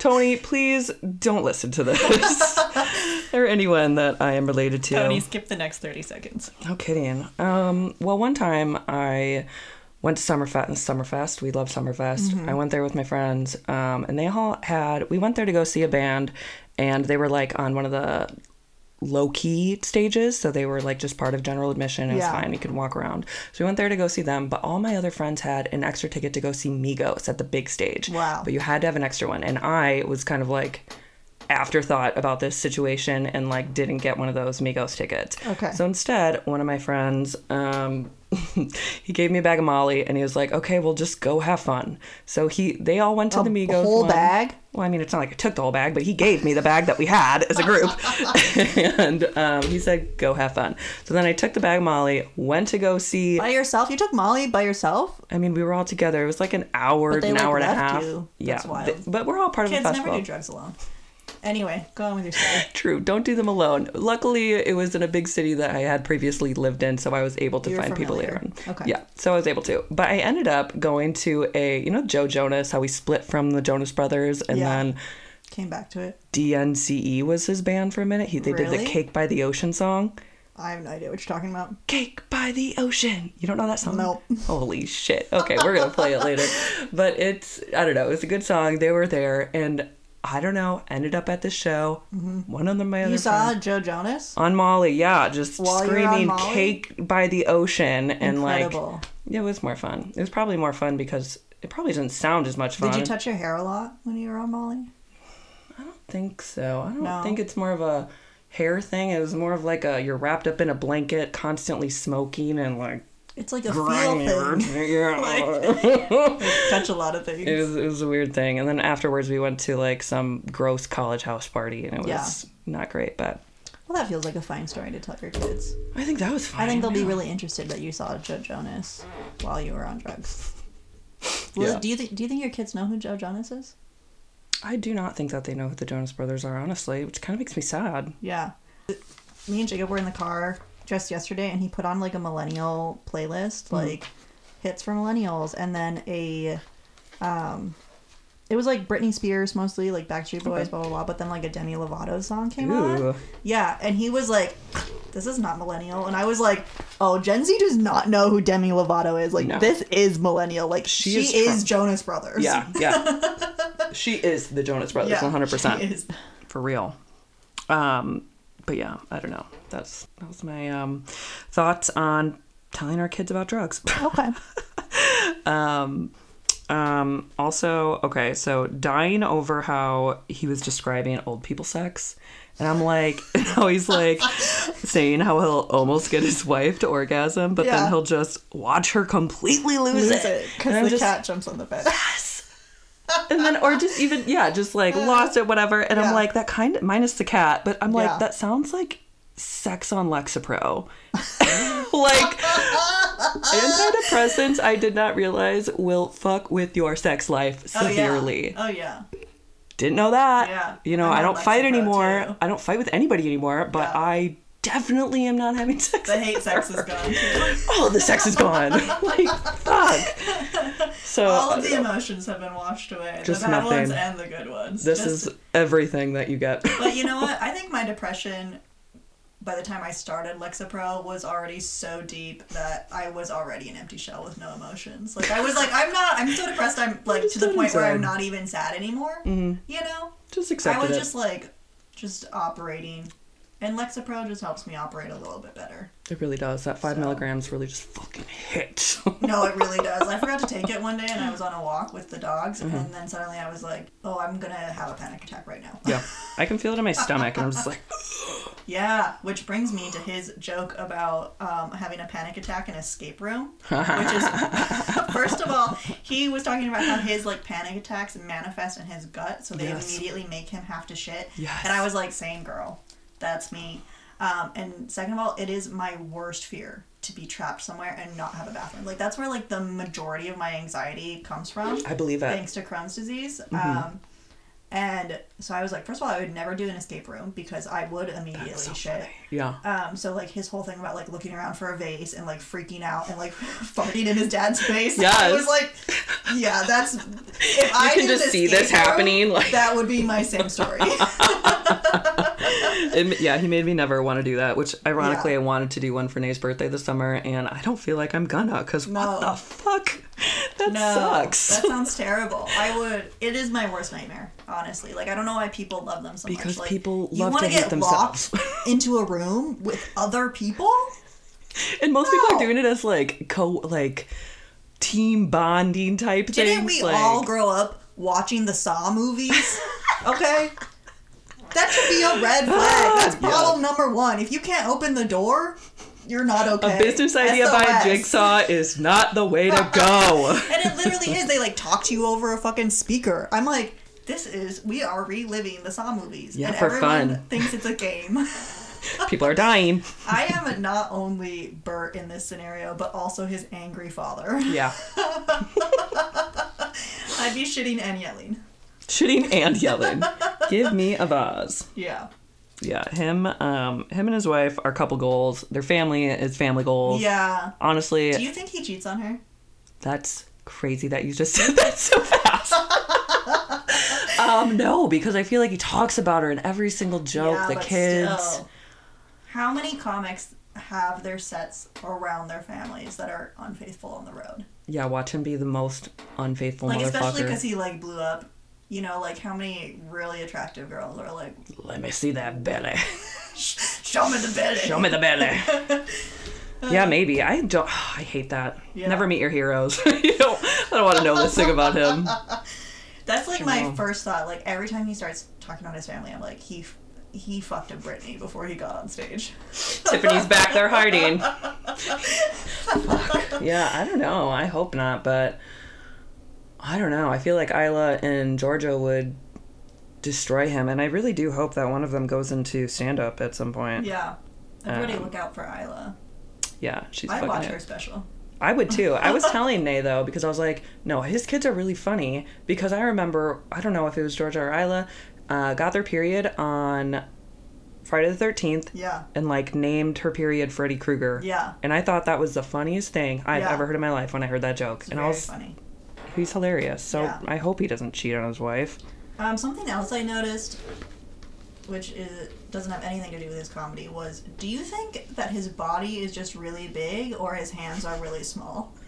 Speaker 2: Tony, please don't listen to this. or anyone that I am related to.
Speaker 1: skip the next thirty seconds.
Speaker 2: No kidding. Um, well, one time I went to Summerfest. Summerfest, we love Summerfest.
Speaker 1: Mm-hmm.
Speaker 2: I went there with my friends, um, and they all had. We went there to go see a band, and they were like on one of the low key stages, so they were like just part of general admission. It was
Speaker 1: Yeah.
Speaker 2: fine; you could walk around. So we went there to go see them. But all my other friends had an extra ticket to go see Migos at the big stage.
Speaker 1: Wow.
Speaker 2: But you had to have an extra one, and I was kind of like afterthought about this situation and like didn't get one of those Migos tickets.
Speaker 1: Okay.
Speaker 2: So instead, one of my friends, um, he gave me a bag of Molly, and he was like, "Okay, well, just go have fun." So he, they all went to the Migos.
Speaker 1: whole
Speaker 2: one.
Speaker 1: bag?
Speaker 2: Well, I mean, it's not like I took the whole bag, but he gave me the bag that we had as a group, and um, he said, "Go have fun." So then I took the bag of Molly, went to go see.
Speaker 1: By yourself? You took Molly by yourself?
Speaker 2: I mean, we were all together. It was like an hour,
Speaker 1: they,
Speaker 2: an
Speaker 1: like,
Speaker 2: hour and a
Speaker 1: left
Speaker 2: half.
Speaker 1: you.
Speaker 2: Yeah,
Speaker 1: That's wild.
Speaker 2: Th- but we're all part of
Speaker 1: Kids
Speaker 2: the
Speaker 1: never
Speaker 2: festival.
Speaker 1: do drugs alone. Anyway, go on with your story.
Speaker 2: True. Don't do them alone. Luckily, it was in a big city that I had previously lived in, so I was able to
Speaker 1: You were
Speaker 2: find people later on.
Speaker 1: familiar. Okay.
Speaker 2: Yeah, so I was able to. But I ended up going to a, you know, Joe Jonas, how we split from the Jonas Brothers, and
Speaker 1: Yeah.
Speaker 2: then
Speaker 1: Came back to it.
Speaker 2: DNCE E was his band for a minute. He they did the
Speaker 1: Really?
Speaker 2: Cake by the Ocean song.
Speaker 1: I have no idea what you're talking about.
Speaker 2: Cake by the Ocean. You don't know that song?
Speaker 1: Nope.
Speaker 2: Holy shit. Okay, we're going to play it later. But it's, I don't know, it's a good song. They were there, and I don't know, ended up at the show. One of my other
Speaker 1: Mm-hmm. You saw
Speaker 2: friends-
Speaker 1: Joe Jonas?
Speaker 2: on Molly, yeah, just
Speaker 1: While you're on
Speaker 2: screaming
Speaker 1: Molly?
Speaker 2: cake by the ocean and
Speaker 1: Incredible.
Speaker 2: like it was more fun. It was probably more fun because it probably doesn't sound as much fun.
Speaker 1: Did you touch your hair a lot when you were on Molly?
Speaker 2: I think so. I don't
Speaker 1: No.
Speaker 2: think it's more of a hair thing. It was more of like a you're wrapped up in a blanket, constantly smoking and like
Speaker 1: It's like a
Speaker 2: grimy.
Speaker 1: feel thing.
Speaker 2: Yeah.
Speaker 1: Touch a lot of things.
Speaker 2: it was it was a weird thing. And then afterwards we went to like some gross college house party and it was
Speaker 1: Yeah.
Speaker 2: not great, but
Speaker 1: well, that feels like a fine story to tell your kids.
Speaker 2: I think that was fine.
Speaker 1: I think they'll be really interested that you saw Joe Jonas while you were on drugs. Well,
Speaker 2: Yeah.
Speaker 1: do you th- do you think your kids know who Joe Jonas is?
Speaker 2: I do not think that they know who the Jonas Brothers are, honestly, which kind of makes me sad.
Speaker 1: Yeah. Me and Jacob were in the car just yesterday, and he put on like a millennial playlist,
Speaker 2: Mm-hmm.
Speaker 1: like hits for millennials, and then a, um, it was like Britney Spears mostly, like Backstreet Boys, blah blah blah. But then like a Demi Lovato song came
Speaker 2: Ooh.
Speaker 1: on. Yeah, and he was like, "This is not millennial," and I was like, "Oh, Gen Z does not know who Demi Lovato is. Like
Speaker 2: No.
Speaker 1: this is millennial. Like
Speaker 2: She
Speaker 1: she,
Speaker 2: is
Speaker 1: is,
Speaker 2: from-
Speaker 1: Jonas Brothers.
Speaker 2: Yeah, yeah. she is the Jonas Brothers,
Speaker 1: Yeah,
Speaker 2: one hundred
Speaker 1: she
Speaker 2: percent,
Speaker 1: is.
Speaker 2: for real. Um, but yeah, I don't know. That's that was my um, thoughts on telling our kids about drugs.
Speaker 3: Okay.
Speaker 2: um, um, also, okay, so dying over how he was describing old people sex. And I'm like, and how he's like saying how he'll almost get his wife to orgasm, but then
Speaker 1: Yeah.
Speaker 2: he'll just watch her completely lose,
Speaker 1: Lose it
Speaker 2: And I'm
Speaker 1: because the
Speaker 2: just-
Speaker 1: cat jumps on the bed.
Speaker 2: and then or just even yeah just like lost it whatever and i'm
Speaker 1: Yeah.
Speaker 2: like that kind of minus the cat but i'm like
Speaker 1: Yeah.
Speaker 2: that sounds like sex on lexapro like antidepressants i did not realize will fuck with your sex life severely
Speaker 1: Oh yeah. Oh yeah.
Speaker 2: didn't know that
Speaker 1: Yeah.
Speaker 2: you know
Speaker 1: I'm
Speaker 2: i
Speaker 1: on
Speaker 2: don't fight
Speaker 1: Lexapro,
Speaker 2: anymore
Speaker 1: too.
Speaker 2: i don't fight with anybody anymore but
Speaker 1: Yeah.
Speaker 2: i definitely am not having sex.
Speaker 1: The hate sex is gone.
Speaker 2: All the sex is gone. like fuck. So
Speaker 1: All of the emotions have been washed away.
Speaker 2: Oh, Just
Speaker 1: the bad ones
Speaker 2: nothing.
Speaker 1: and the good ones.
Speaker 2: this
Speaker 1: Just-
Speaker 2: is everything that you get.
Speaker 1: But you know what? I think my depression by the time I started Lexapro was already so deep that I was already an empty shell with no emotions. Like I was like, I'm not I'm so depressed I'm like to the
Speaker 2: not
Speaker 1: point where I'm
Speaker 2: inside.
Speaker 1: not even sad anymore. You know?
Speaker 2: just Mm-hmm.
Speaker 1: I
Speaker 2: accepted
Speaker 1: was
Speaker 2: it.
Speaker 1: just like just operating. And Lexapro just helps me operate a little bit better.
Speaker 2: It really does. That five milligrams really just fucking hits.
Speaker 1: No, it really does. I forgot to take it one day and I was on a walk with the dogs and then suddenly I was like, Oh, I'm gonna have a panic attack right now.
Speaker 2: yeah, I can feel it in my stomach, and I'm just like,
Speaker 1: Yeah, which brings me to his joke about um, having a panic attack in a escape room. Which is, first of all, he was talking about how his like panic attacks manifest in his gut, so they
Speaker 2: Yes.
Speaker 1: immediately make him have to shit.
Speaker 2: Yes.
Speaker 1: And I was like, same girl, that's me. Um, and second of all, it is my worst fear to be trapped somewhere and not have a bathroom. Like that's where like the majority of my anxiety comes from
Speaker 2: I believe it.
Speaker 1: thanks to Crohn's disease.
Speaker 2: Mm-hmm.
Speaker 1: Um, and so I was like, first of all, I would never do an escape room because I would immediately shit.
Speaker 2: Yeah.
Speaker 1: Um, so like his whole thing about like looking around for a vase and like freaking out and like farting in his dad's face. I
Speaker 2: Yes.
Speaker 1: was like, yeah, that's. If I
Speaker 2: can
Speaker 1: did
Speaker 2: just
Speaker 1: an
Speaker 2: see this
Speaker 1: escape room,
Speaker 2: happening, like-
Speaker 1: that would be my same story.
Speaker 2: It- yeah, he made me never want to do that, which ironically
Speaker 1: Yeah.
Speaker 2: I wanted to do one for Nay's birthday this summer, and I don't feel like I'm gonna, because
Speaker 1: No.
Speaker 2: what the fuck? That
Speaker 1: No,
Speaker 2: sucks.
Speaker 1: That sounds terrible. I would. It is my worst nightmare, honestly. Like I don't know why people love them so much.
Speaker 2: Because
Speaker 1: Like,
Speaker 2: people
Speaker 1: you
Speaker 2: love
Speaker 1: wanna
Speaker 2: to hate
Speaker 1: get
Speaker 2: themselves.
Speaker 1: locked into a room with other people.
Speaker 2: and most people
Speaker 1: No.
Speaker 2: are doing it as like co like team bonding type things.
Speaker 1: Didn't we
Speaker 2: like,
Speaker 1: all grow up watching the Saw movies? okay. That should be a red flag. That's
Speaker 2: Yeah.
Speaker 1: problem number one. If you can't open the door, you're not okay.
Speaker 2: a business idea by
Speaker 1: SOS.
Speaker 2: Jigsaw is not the way to go.
Speaker 1: And it literally is. They like talk to you over a fucking speaker. I'm like, this is we are reliving the Saw movies.
Speaker 2: Yeah,
Speaker 1: and
Speaker 2: for
Speaker 1: everyone
Speaker 2: fun.
Speaker 1: thinks it's a game.
Speaker 2: people are dying.
Speaker 1: I am not only Bert in this scenario, but also his angry father.
Speaker 2: Yeah.
Speaker 1: I'd be shitting and yelling.
Speaker 2: Shitting and yelling. Give me a vase.
Speaker 1: Yeah.
Speaker 2: Yeah, him, um, him and his wife are couple goals. Their family is family goals.
Speaker 1: Yeah.
Speaker 2: Honestly,
Speaker 1: Do you think he cheats on her?
Speaker 2: That's crazy that you just said that so fast. um, no, because I feel like he talks about her in every single joke, the
Speaker 1: but
Speaker 2: kids.
Speaker 1: still. how many comics have their sets around their families that are unfaithful on the road?
Speaker 2: Yeah, watch him be the most unfaithful
Speaker 1: Like especially
Speaker 2: motherfucker.
Speaker 1: because he like blew up. You know, like how many really attractive girls are like,
Speaker 2: Let me see that belly.
Speaker 1: show me the belly.
Speaker 2: Show me the belly. yeah, maybe. I don't. I hate that.
Speaker 1: Uh. Yeah.
Speaker 2: Never meet your heroes. you don't, I don't want to know this thing about him.
Speaker 1: That's like my
Speaker 2: Wow.
Speaker 1: first thought. Like every time he starts talking about his family, I'm like, he f- he fucked a Britney before he got on stage.
Speaker 2: Tiffany's back there hiding. Fuck. Yeah, I don't know. I hope not, but I don't know. I feel like Isla and Georgia would destroy him, and I really do hope that one of them goes into stand up at some point. Yeah,
Speaker 1: Yeah. Everybody
Speaker 2: Um,
Speaker 1: look out for Isla.
Speaker 2: she's
Speaker 1: I
Speaker 2: fucking
Speaker 1: watch
Speaker 2: it.
Speaker 1: her special.
Speaker 2: I would too. I was telling Nay though because I was like, no, his kids are really funny because I remember I don't know if it was Georgia or Isla uh, got their period on Friday the Thirteenth
Speaker 1: Yeah.
Speaker 2: and like named her period Freddy Krueger.
Speaker 1: Yeah.
Speaker 2: And I thought that was the funniest thing I've
Speaker 1: Yeah.
Speaker 2: ever heard in my life when I heard that joke. and I
Speaker 1: Very
Speaker 2: was,
Speaker 1: funny.
Speaker 2: he's hilarious. So
Speaker 1: Yeah.
Speaker 2: I hope he doesn't cheat on his wife.
Speaker 1: Um, something else I noticed, which is doesn't have anything to do with his comedy, was do you think that his body is just really big or his hands are really small?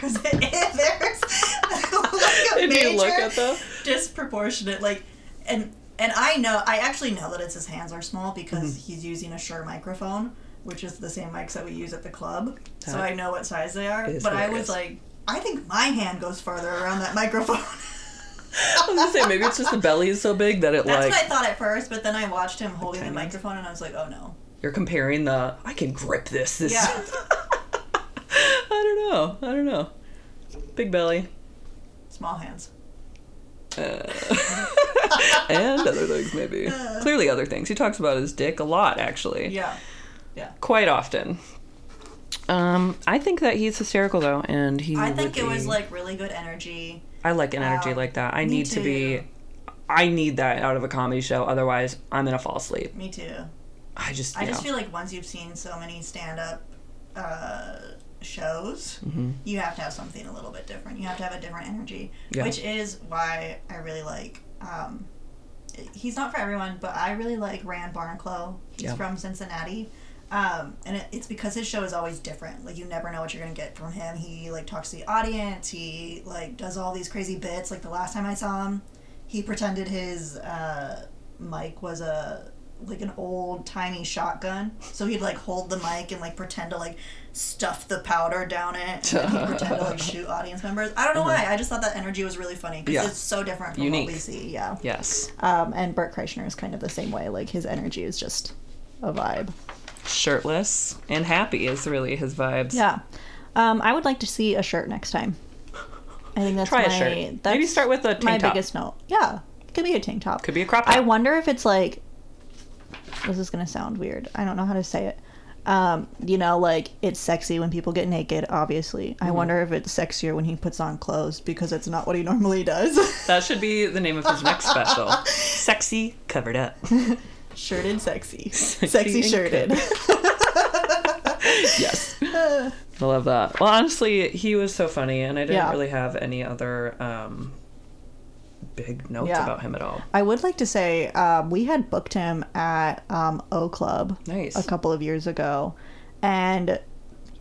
Speaker 1: Because there's like a
Speaker 2: If
Speaker 1: major
Speaker 2: you look at them.
Speaker 1: disproportionate like and and I know I actually know that it's his hands are small because
Speaker 2: Mm-hmm.
Speaker 1: he's using a Shure microphone, which is the same mics that we use at the club. so
Speaker 2: That
Speaker 1: I know what size they are.
Speaker 2: is
Speaker 1: But I was
Speaker 2: hilarious.
Speaker 1: like, I think my hand goes farther around that microphone.
Speaker 2: I was gonna say maybe it's just the belly is so big that it
Speaker 1: That's
Speaker 2: like
Speaker 1: what I thought at first, but then I watched him holding the
Speaker 2: tiny.
Speaker 1: microphone and I was like, oh no.
Speaker 2: you're comparing the I can grip this. This
Speaker 1: Yeah.
Speaker 2: I don't know. I don't know. Big belly. Uh,
Speaker 1: Small hands.
Speaker 2: and other things maybe clearly other things he talks about his dick a lot actually
Speaker 1: Yeah.
Speaker 2: quite often um i think that he's hysterical though and he
Speaker 1: I
Speaker 2: would
Speaker 1: think it was
Speaker 2: be-
Speaker 1: like really good energy.
Speaker 2: i like an energy
Speaker 1: Wow.
Speaker 2: like that i
Speaker 1: Uh, Me
Speaker 2: need to
Speaker 1: too.
Speaker 2: be i need that out of a comedy show otherwise i'm gonna fall asleep
Speaker 1: Me too.
Speaker 2: I just,
Speaker 4: I
Speaker 2: yeah.
Speaker 4: just feel like once you've seen so many stand up uh, shows,
Speaker 2: Mm-hmm.
Speaker 4: you have to have something a little bit different. You have to have a different energy,
Speaker 2: Yeah.
Speaker 4: which is why I really like. Um, he's not for everyone, but I really like Rand Barnclough. He's
Speaker 2: Yeah.
Speaker 4: from Cincinnati. Um, and it, it's because his show is always different. Like you never know what you're gonna get from him. He like talks to the audience. He like does all these crazy bits. Like the last time I saw him, he pretended his uh, mic was a like an old tiny shotgun. So he'd like hold the mic and like pretend to like stuff the powder down it, and then he'd pretend to like shoot audience members. I don't know why. I just thought that energy was really funny because
Speaker 2: Yeah.
Speaker 4: it's so different from
Speaker 2: Unique.
Speaker 4: what we see. Yeah.
Speaker 1: yeah.
Speaker 2: yes,
Speaker 1: Um, and Bert Kreischer is kind of the same way. Like his energy is just a vibe.
Speaker 2: shirtless and happy is really his vibes.
Speaker 1: Yeah. Um, I would like to see a shirt next time. I think that's
Speaker 2: Try a
Speaker 1: my,
Speaker 2: shirt.
Speaker 1: That's
Speaker 2: Maybe start with a tank
Speaker 1: my
Speaker 2: top.
Speaker 1: biggest note. Yeah, it could be a tank top.
Speaker 2: Could be a crop
Speaker 1: I
Speaker 2: top.
Speaker 1: wonder if it's like. This is gonna sound weird. I don't know how to say it. Um, you know, like it's sexy when people get naked. Obviously,
Speaker 2: Mm-hmm.
Speaker 1: I wonder if it's sexier when he puts on clothes because it's not what he normally does.
Speaker 2: That should be the name of his next special. Sexy covered up.
Speaker 1: shirted, sexy,
Speaker 2: Sexy
Speaker 1: sexy
Speaker 2: and
Speaker 1: shirted.
Speaker 2: yes. I love that. Well, honestly, he was so funny, and I didn't
Speaker 1: Yeah.
Speaker 2: really have any other um, big notes
Speaker 1: Yeah.
Speaker 2: about him at all.
Speaker 1: I would like to say um, we had booked him at um, O Club
Speaker 2: Nice.
Speaker 1: a couple of years ago, and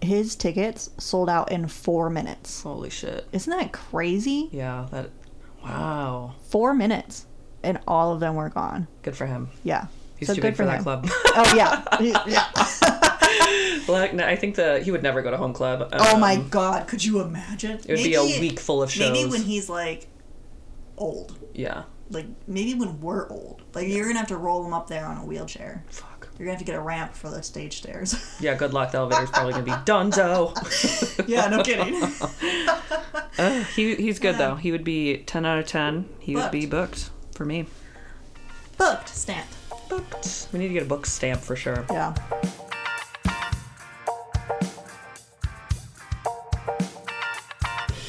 Speaker 1: his tickets sold out in four minutes.
Speaker 2: Holy shit.
Speaker 1: Isn't that crazy?
Speaker 2: Yeah, that. Wow.
Speaker 1: Four minutes, and all of them were gone.
Speaker 2: Good for him.
Speaker 1: Yeah,
Speaker 2: He's
Speaker 1: So
Speaker 2: too
Speaker 1: good
Speaker 2: big for, that
Speaker 1: him.
Speaker 2: club.
Speaker 1: Oh yeah, yeah.
Speaker 2: like, no, I think that he would never go to home club.
Speaker 4: Oh my
Speaker 2: Um,
Speaker 4: god, could you imagine?
Speaker 2: It would be a week full of shows.
Speaker 4: Maybe when he's like old.
Speaker 2: yeah.
Speaker 4: Like maybe when we're old. Like you're gonna have to roll him up there on a wheelchair.
Speaker 2: Fuck.
Speaker 4: You're gonna have to get a ramp for the stage stairs.
Speaker 2: Yeah. Good luck. The elevator's probably gonna be Dunzo.
Speaker 4: yeah, no kidding.
Speaker 2: Uh, he he's good though. He would be ten out of ten. He would be booked for me.
Speaker 4: Booked, stamped.
Speaker 2: Booked. We need to get a book stamp for sure.
Speaker 1: yeah.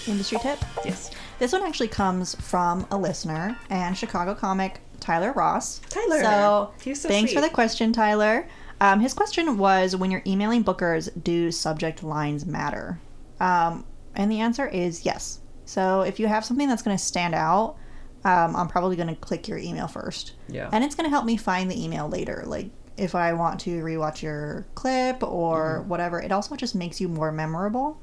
Speaker 1: Industry tip.
Speaker 2: Yes.
Speaker 1: This one actually comes from a listener and Chicago comic Tyler Ross.
Speaker 2: Tyler.
Speaker 1: So,
Speaker 2: He's so
Speaker 1: thanks for
Speaker 2: sweet.
Speaker 1: the question, Tyler. Um, his question was When you're emailing bookers, do subject lines matter? Um, and the answer is yes. So, if you have something that's going to stand out, um, I'm probably going to click your email first.
Speaker 2: Yeah.
Speaker 1: And it's going to help me find the email later. Like, if I want to rewatch your clip or
Speaker 2: Mm-hmm.
Speaker 1: whatever, it also just makes you more memorable.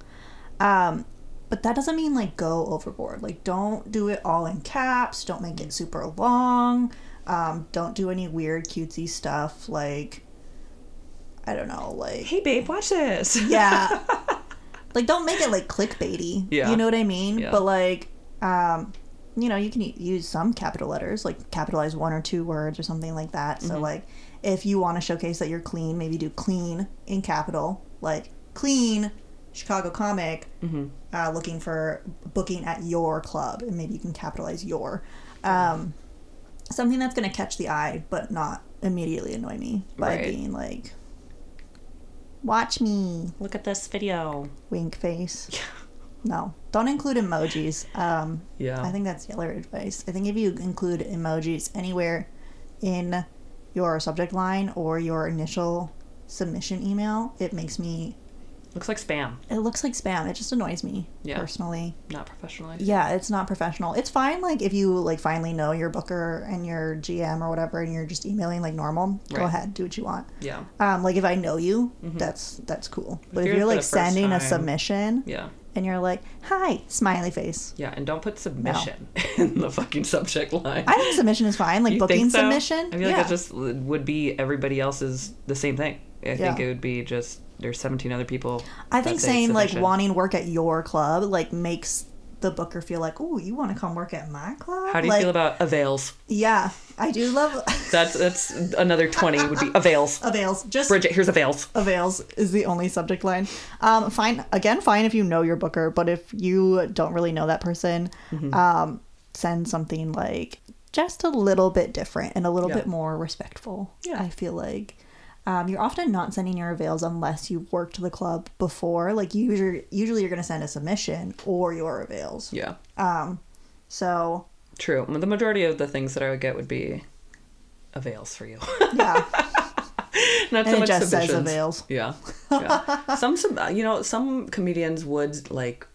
Speaker 1: Um, but that doesn't mean like go overboard. Like, don't do it all in caps. Don't make it super long. Um, don't do any weird cutesy stuff. Like, I don't know. Like,
Speaker 2: Hey babe, watch this.
Speaker 1: yeah. like, don't make it like clickbaity.
Speaker 2: Yeah.
Speaker 1: You know what I mean?
Speaker 2: Yeah.
Speaker 1: But like, um, you know, you can u- use some capital letters, like capitalize one or two words or something like that.
Speaker 2: Mm-hmm.
Speaker 1: So like, if you want to showcase that you're clean, maybe do clean in capital, like clean Chicago comic,
Speaker 2: Mm-hmm.
Speaker 1: uh, looking for booking at your club, and maybe you can capitalize your. Um, something that's going to catch the eye, but not immediately annoy me by
Speaker 2: Right.
Speaker 1: being like, watch me
Speaker 2: Look at this video.
Speaker 1: wink face. No, don't include emojis. Um,
Speaker 2: Yeah.
Speaker 1: I think that's the other advice. I think if you include emojis anywhere in your subject line or your initial submission email, it makes me.
Speaker 2: Looks like spam.
Speaker 1: It looks like spam. It just annoys me
Speaker 2: Yeah.
Speaker 1: personally.
Speaker 2: Not professionalized.
Speaker 1: Yeah, it's not professional. It's fine, like if you like finally know your booker and your GM or whatever, and you're just emailing like normal. Go
Speaker 2: Right.
Speaker 1: ahead, do what you want.
Speaker 2: Yeah.
Speaker 1: Um, like if I know you, that's that's cool. But
Speaker 2: you're
Speaker 1: if you're,
Speaker 2: for the
Speaker 1: like
Speaker 2: first
Speaker 1: sending a
Speaker 2: time-
Speaker 1: submission,
Speaker 2: Yeah.
Speaker 1: and you're like, "Hi, smiley face."
Speaker 2: Yeah. And don't put submission in the fucking subject line.
Speaker 1: I think submission is fine, like
Speaker 2: You
Speaker 1: booking
Speaker 2: think so?
Speaker 1: submission.
Speaker 2: I feel like that just would be everybody else's the same thing. I think it would be just there's 17 other people.
Speaker 1: I
Speaker 2: that
Speaker 1: think
Speaker 2: say
Speaker 1: saying like
Speaker 2: submission.
Speaker 1: wanting work at your club like makes the booker feel like, "Oh, you want to come work at my club?"
Speaker 2: How do you
Speaker 1: like,
Speaker 2: feel about avails?
Speaker 1: Yeah, I do love
Speaker 2: That's that's another 20 would be avails.
Speaker 1: avails. Just
Speaker 2: Bridget, here's avails.
Speaker 1: avails is the only subject line. Um, fine again, fine if you know your booker, but if you don't really know that person,
Speaker 2: Mm-hmm.
Speaker 1: um, send something like just a little bit different and a little
Speaker 2: Yeah.
Speaker 1: bit more respectful.
Speaker 2: Yeah.
Speaker 1: I feel like. Um, you're often not sending your avails unless you've worked the club before. Like usually, usually you're going to send a submission or your avails.
Speaker 2: Yeah.
Speaker 1: So
Speaker 2: True. The majority of the things that I would get would be avails for you.
Speaker 1: yeah,
Speaker 2: Not so
Speaker 1: And it
Speaker 2: much
Speaker 1: just says
Speaker 2: submissions.
Speaker 1: avails.
Speaker 2: Yeah. yeah. some, sub- you know, some comedians would like,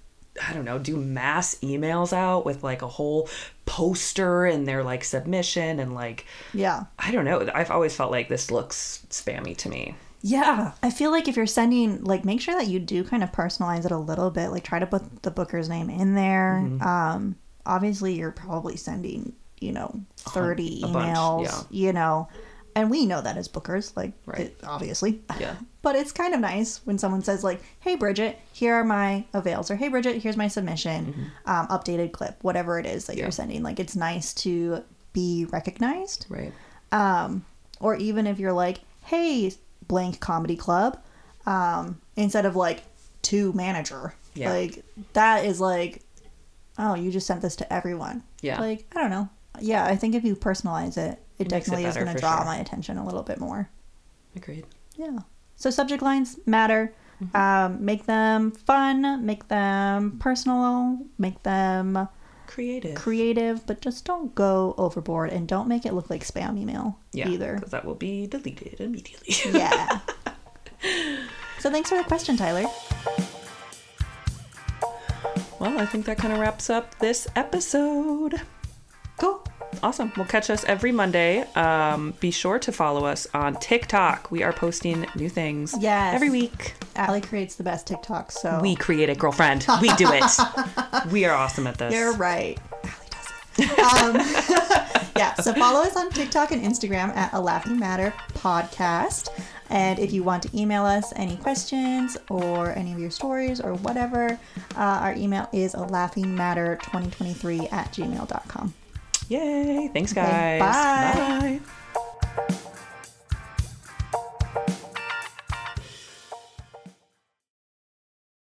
Speaker 2: I don't know, do mass emails out with like a whole poster and their like submission and like,
Speaker 1: Yeah.
Speaker 2: I don't know. I've always felt like this looks spammy to me.
Speaker 1: Yeah. I feel like if you're sending, like, make sure that you do kind of personalize it a little bit. Like, try to put the booker's name in there.
Speaker 2: Mm-hmm.
Speaker 1: Um, obviously, you're probably sending, you know, 30
Speaker 2: a bunch,
Speaker 1: emails,
Speaker 2: yeah.
Speaker 1: you know, and we know that as bookers, like,
Speaker 2: Right.
Speaker 1: it- obviously.
Speaker 2: Yeah.
Speaker 1: But it's kind of nice when someone says, like, hey, Bridget, here are my avails, or hey, Bridget, here's my submission, um, updated clip, whatever it is that
Speaker 2: Mm-hmm. Yeah.
Speaker 1: you're sending. Like, it's nice to be recognized.
Speaker 2: Right.
Speaker 1: um, or even if you're like, hey, blank comedy club, um, instead of like to manager,
Speaker 2: Yeah.
Speaker 1: like that is like, oh, you just sent this to everyone.
Speaker 2: Yeah.
Speaker 1: Like I don't know. Yeah, I think if you personalize it, it,
Speaker 2: It makes it
Speaker 1: definitely is
Speaker 2: better
Speaker 1: going
Speaker 2: for
Speaker 1: to draw
Speaker 2: sure.
Speaker 1: my attention a little bit more.
Speaker 2: Agreed.
Speaker 1: Yeah. So subject lines matter.
Speaker 2: Mm-hmm.
Speaker 1: Um, make them fun, make them personal, make them
Speaker 2: Creative.
Speaker 1: creative, but just don't go overboard and don't make it look like spam email
Speaker 2: yeah.
Speaker 1: either.
Speaker 2: Because that will be deleted immediately.
Speaker 1: yeah. So thanks for the question, Tyler.
Speaker 2: well, I think that kind of wraps up this episode.
Speaker 1: Cool.
Speaker 2: Awesome. We'll catch us every Monday. Um, be sure to follow us on TikTok. We are posting new things
Speaker 1: Yes. Oh.
Speaker 2: every week.
Speaker 1: Allie creates the best TikTok, so
Speaker 2: We create it, girlfriend. We do it. we are awesome at this.
Speaker 1: you're right. Allie does it. Um, yeah. So follow us on TikTok and Instagram at a Laughing Matter Podcast. And if you want to email us any questions or any of your stories or whatever, uh, our email is a laughing matter 2023 at gmail.com.
Speaker 2: Yay. Thanks,
Speaker 1: Okay,
Speaker 2: guys.
Speaker 1: bye.
Speaker 2: Bye.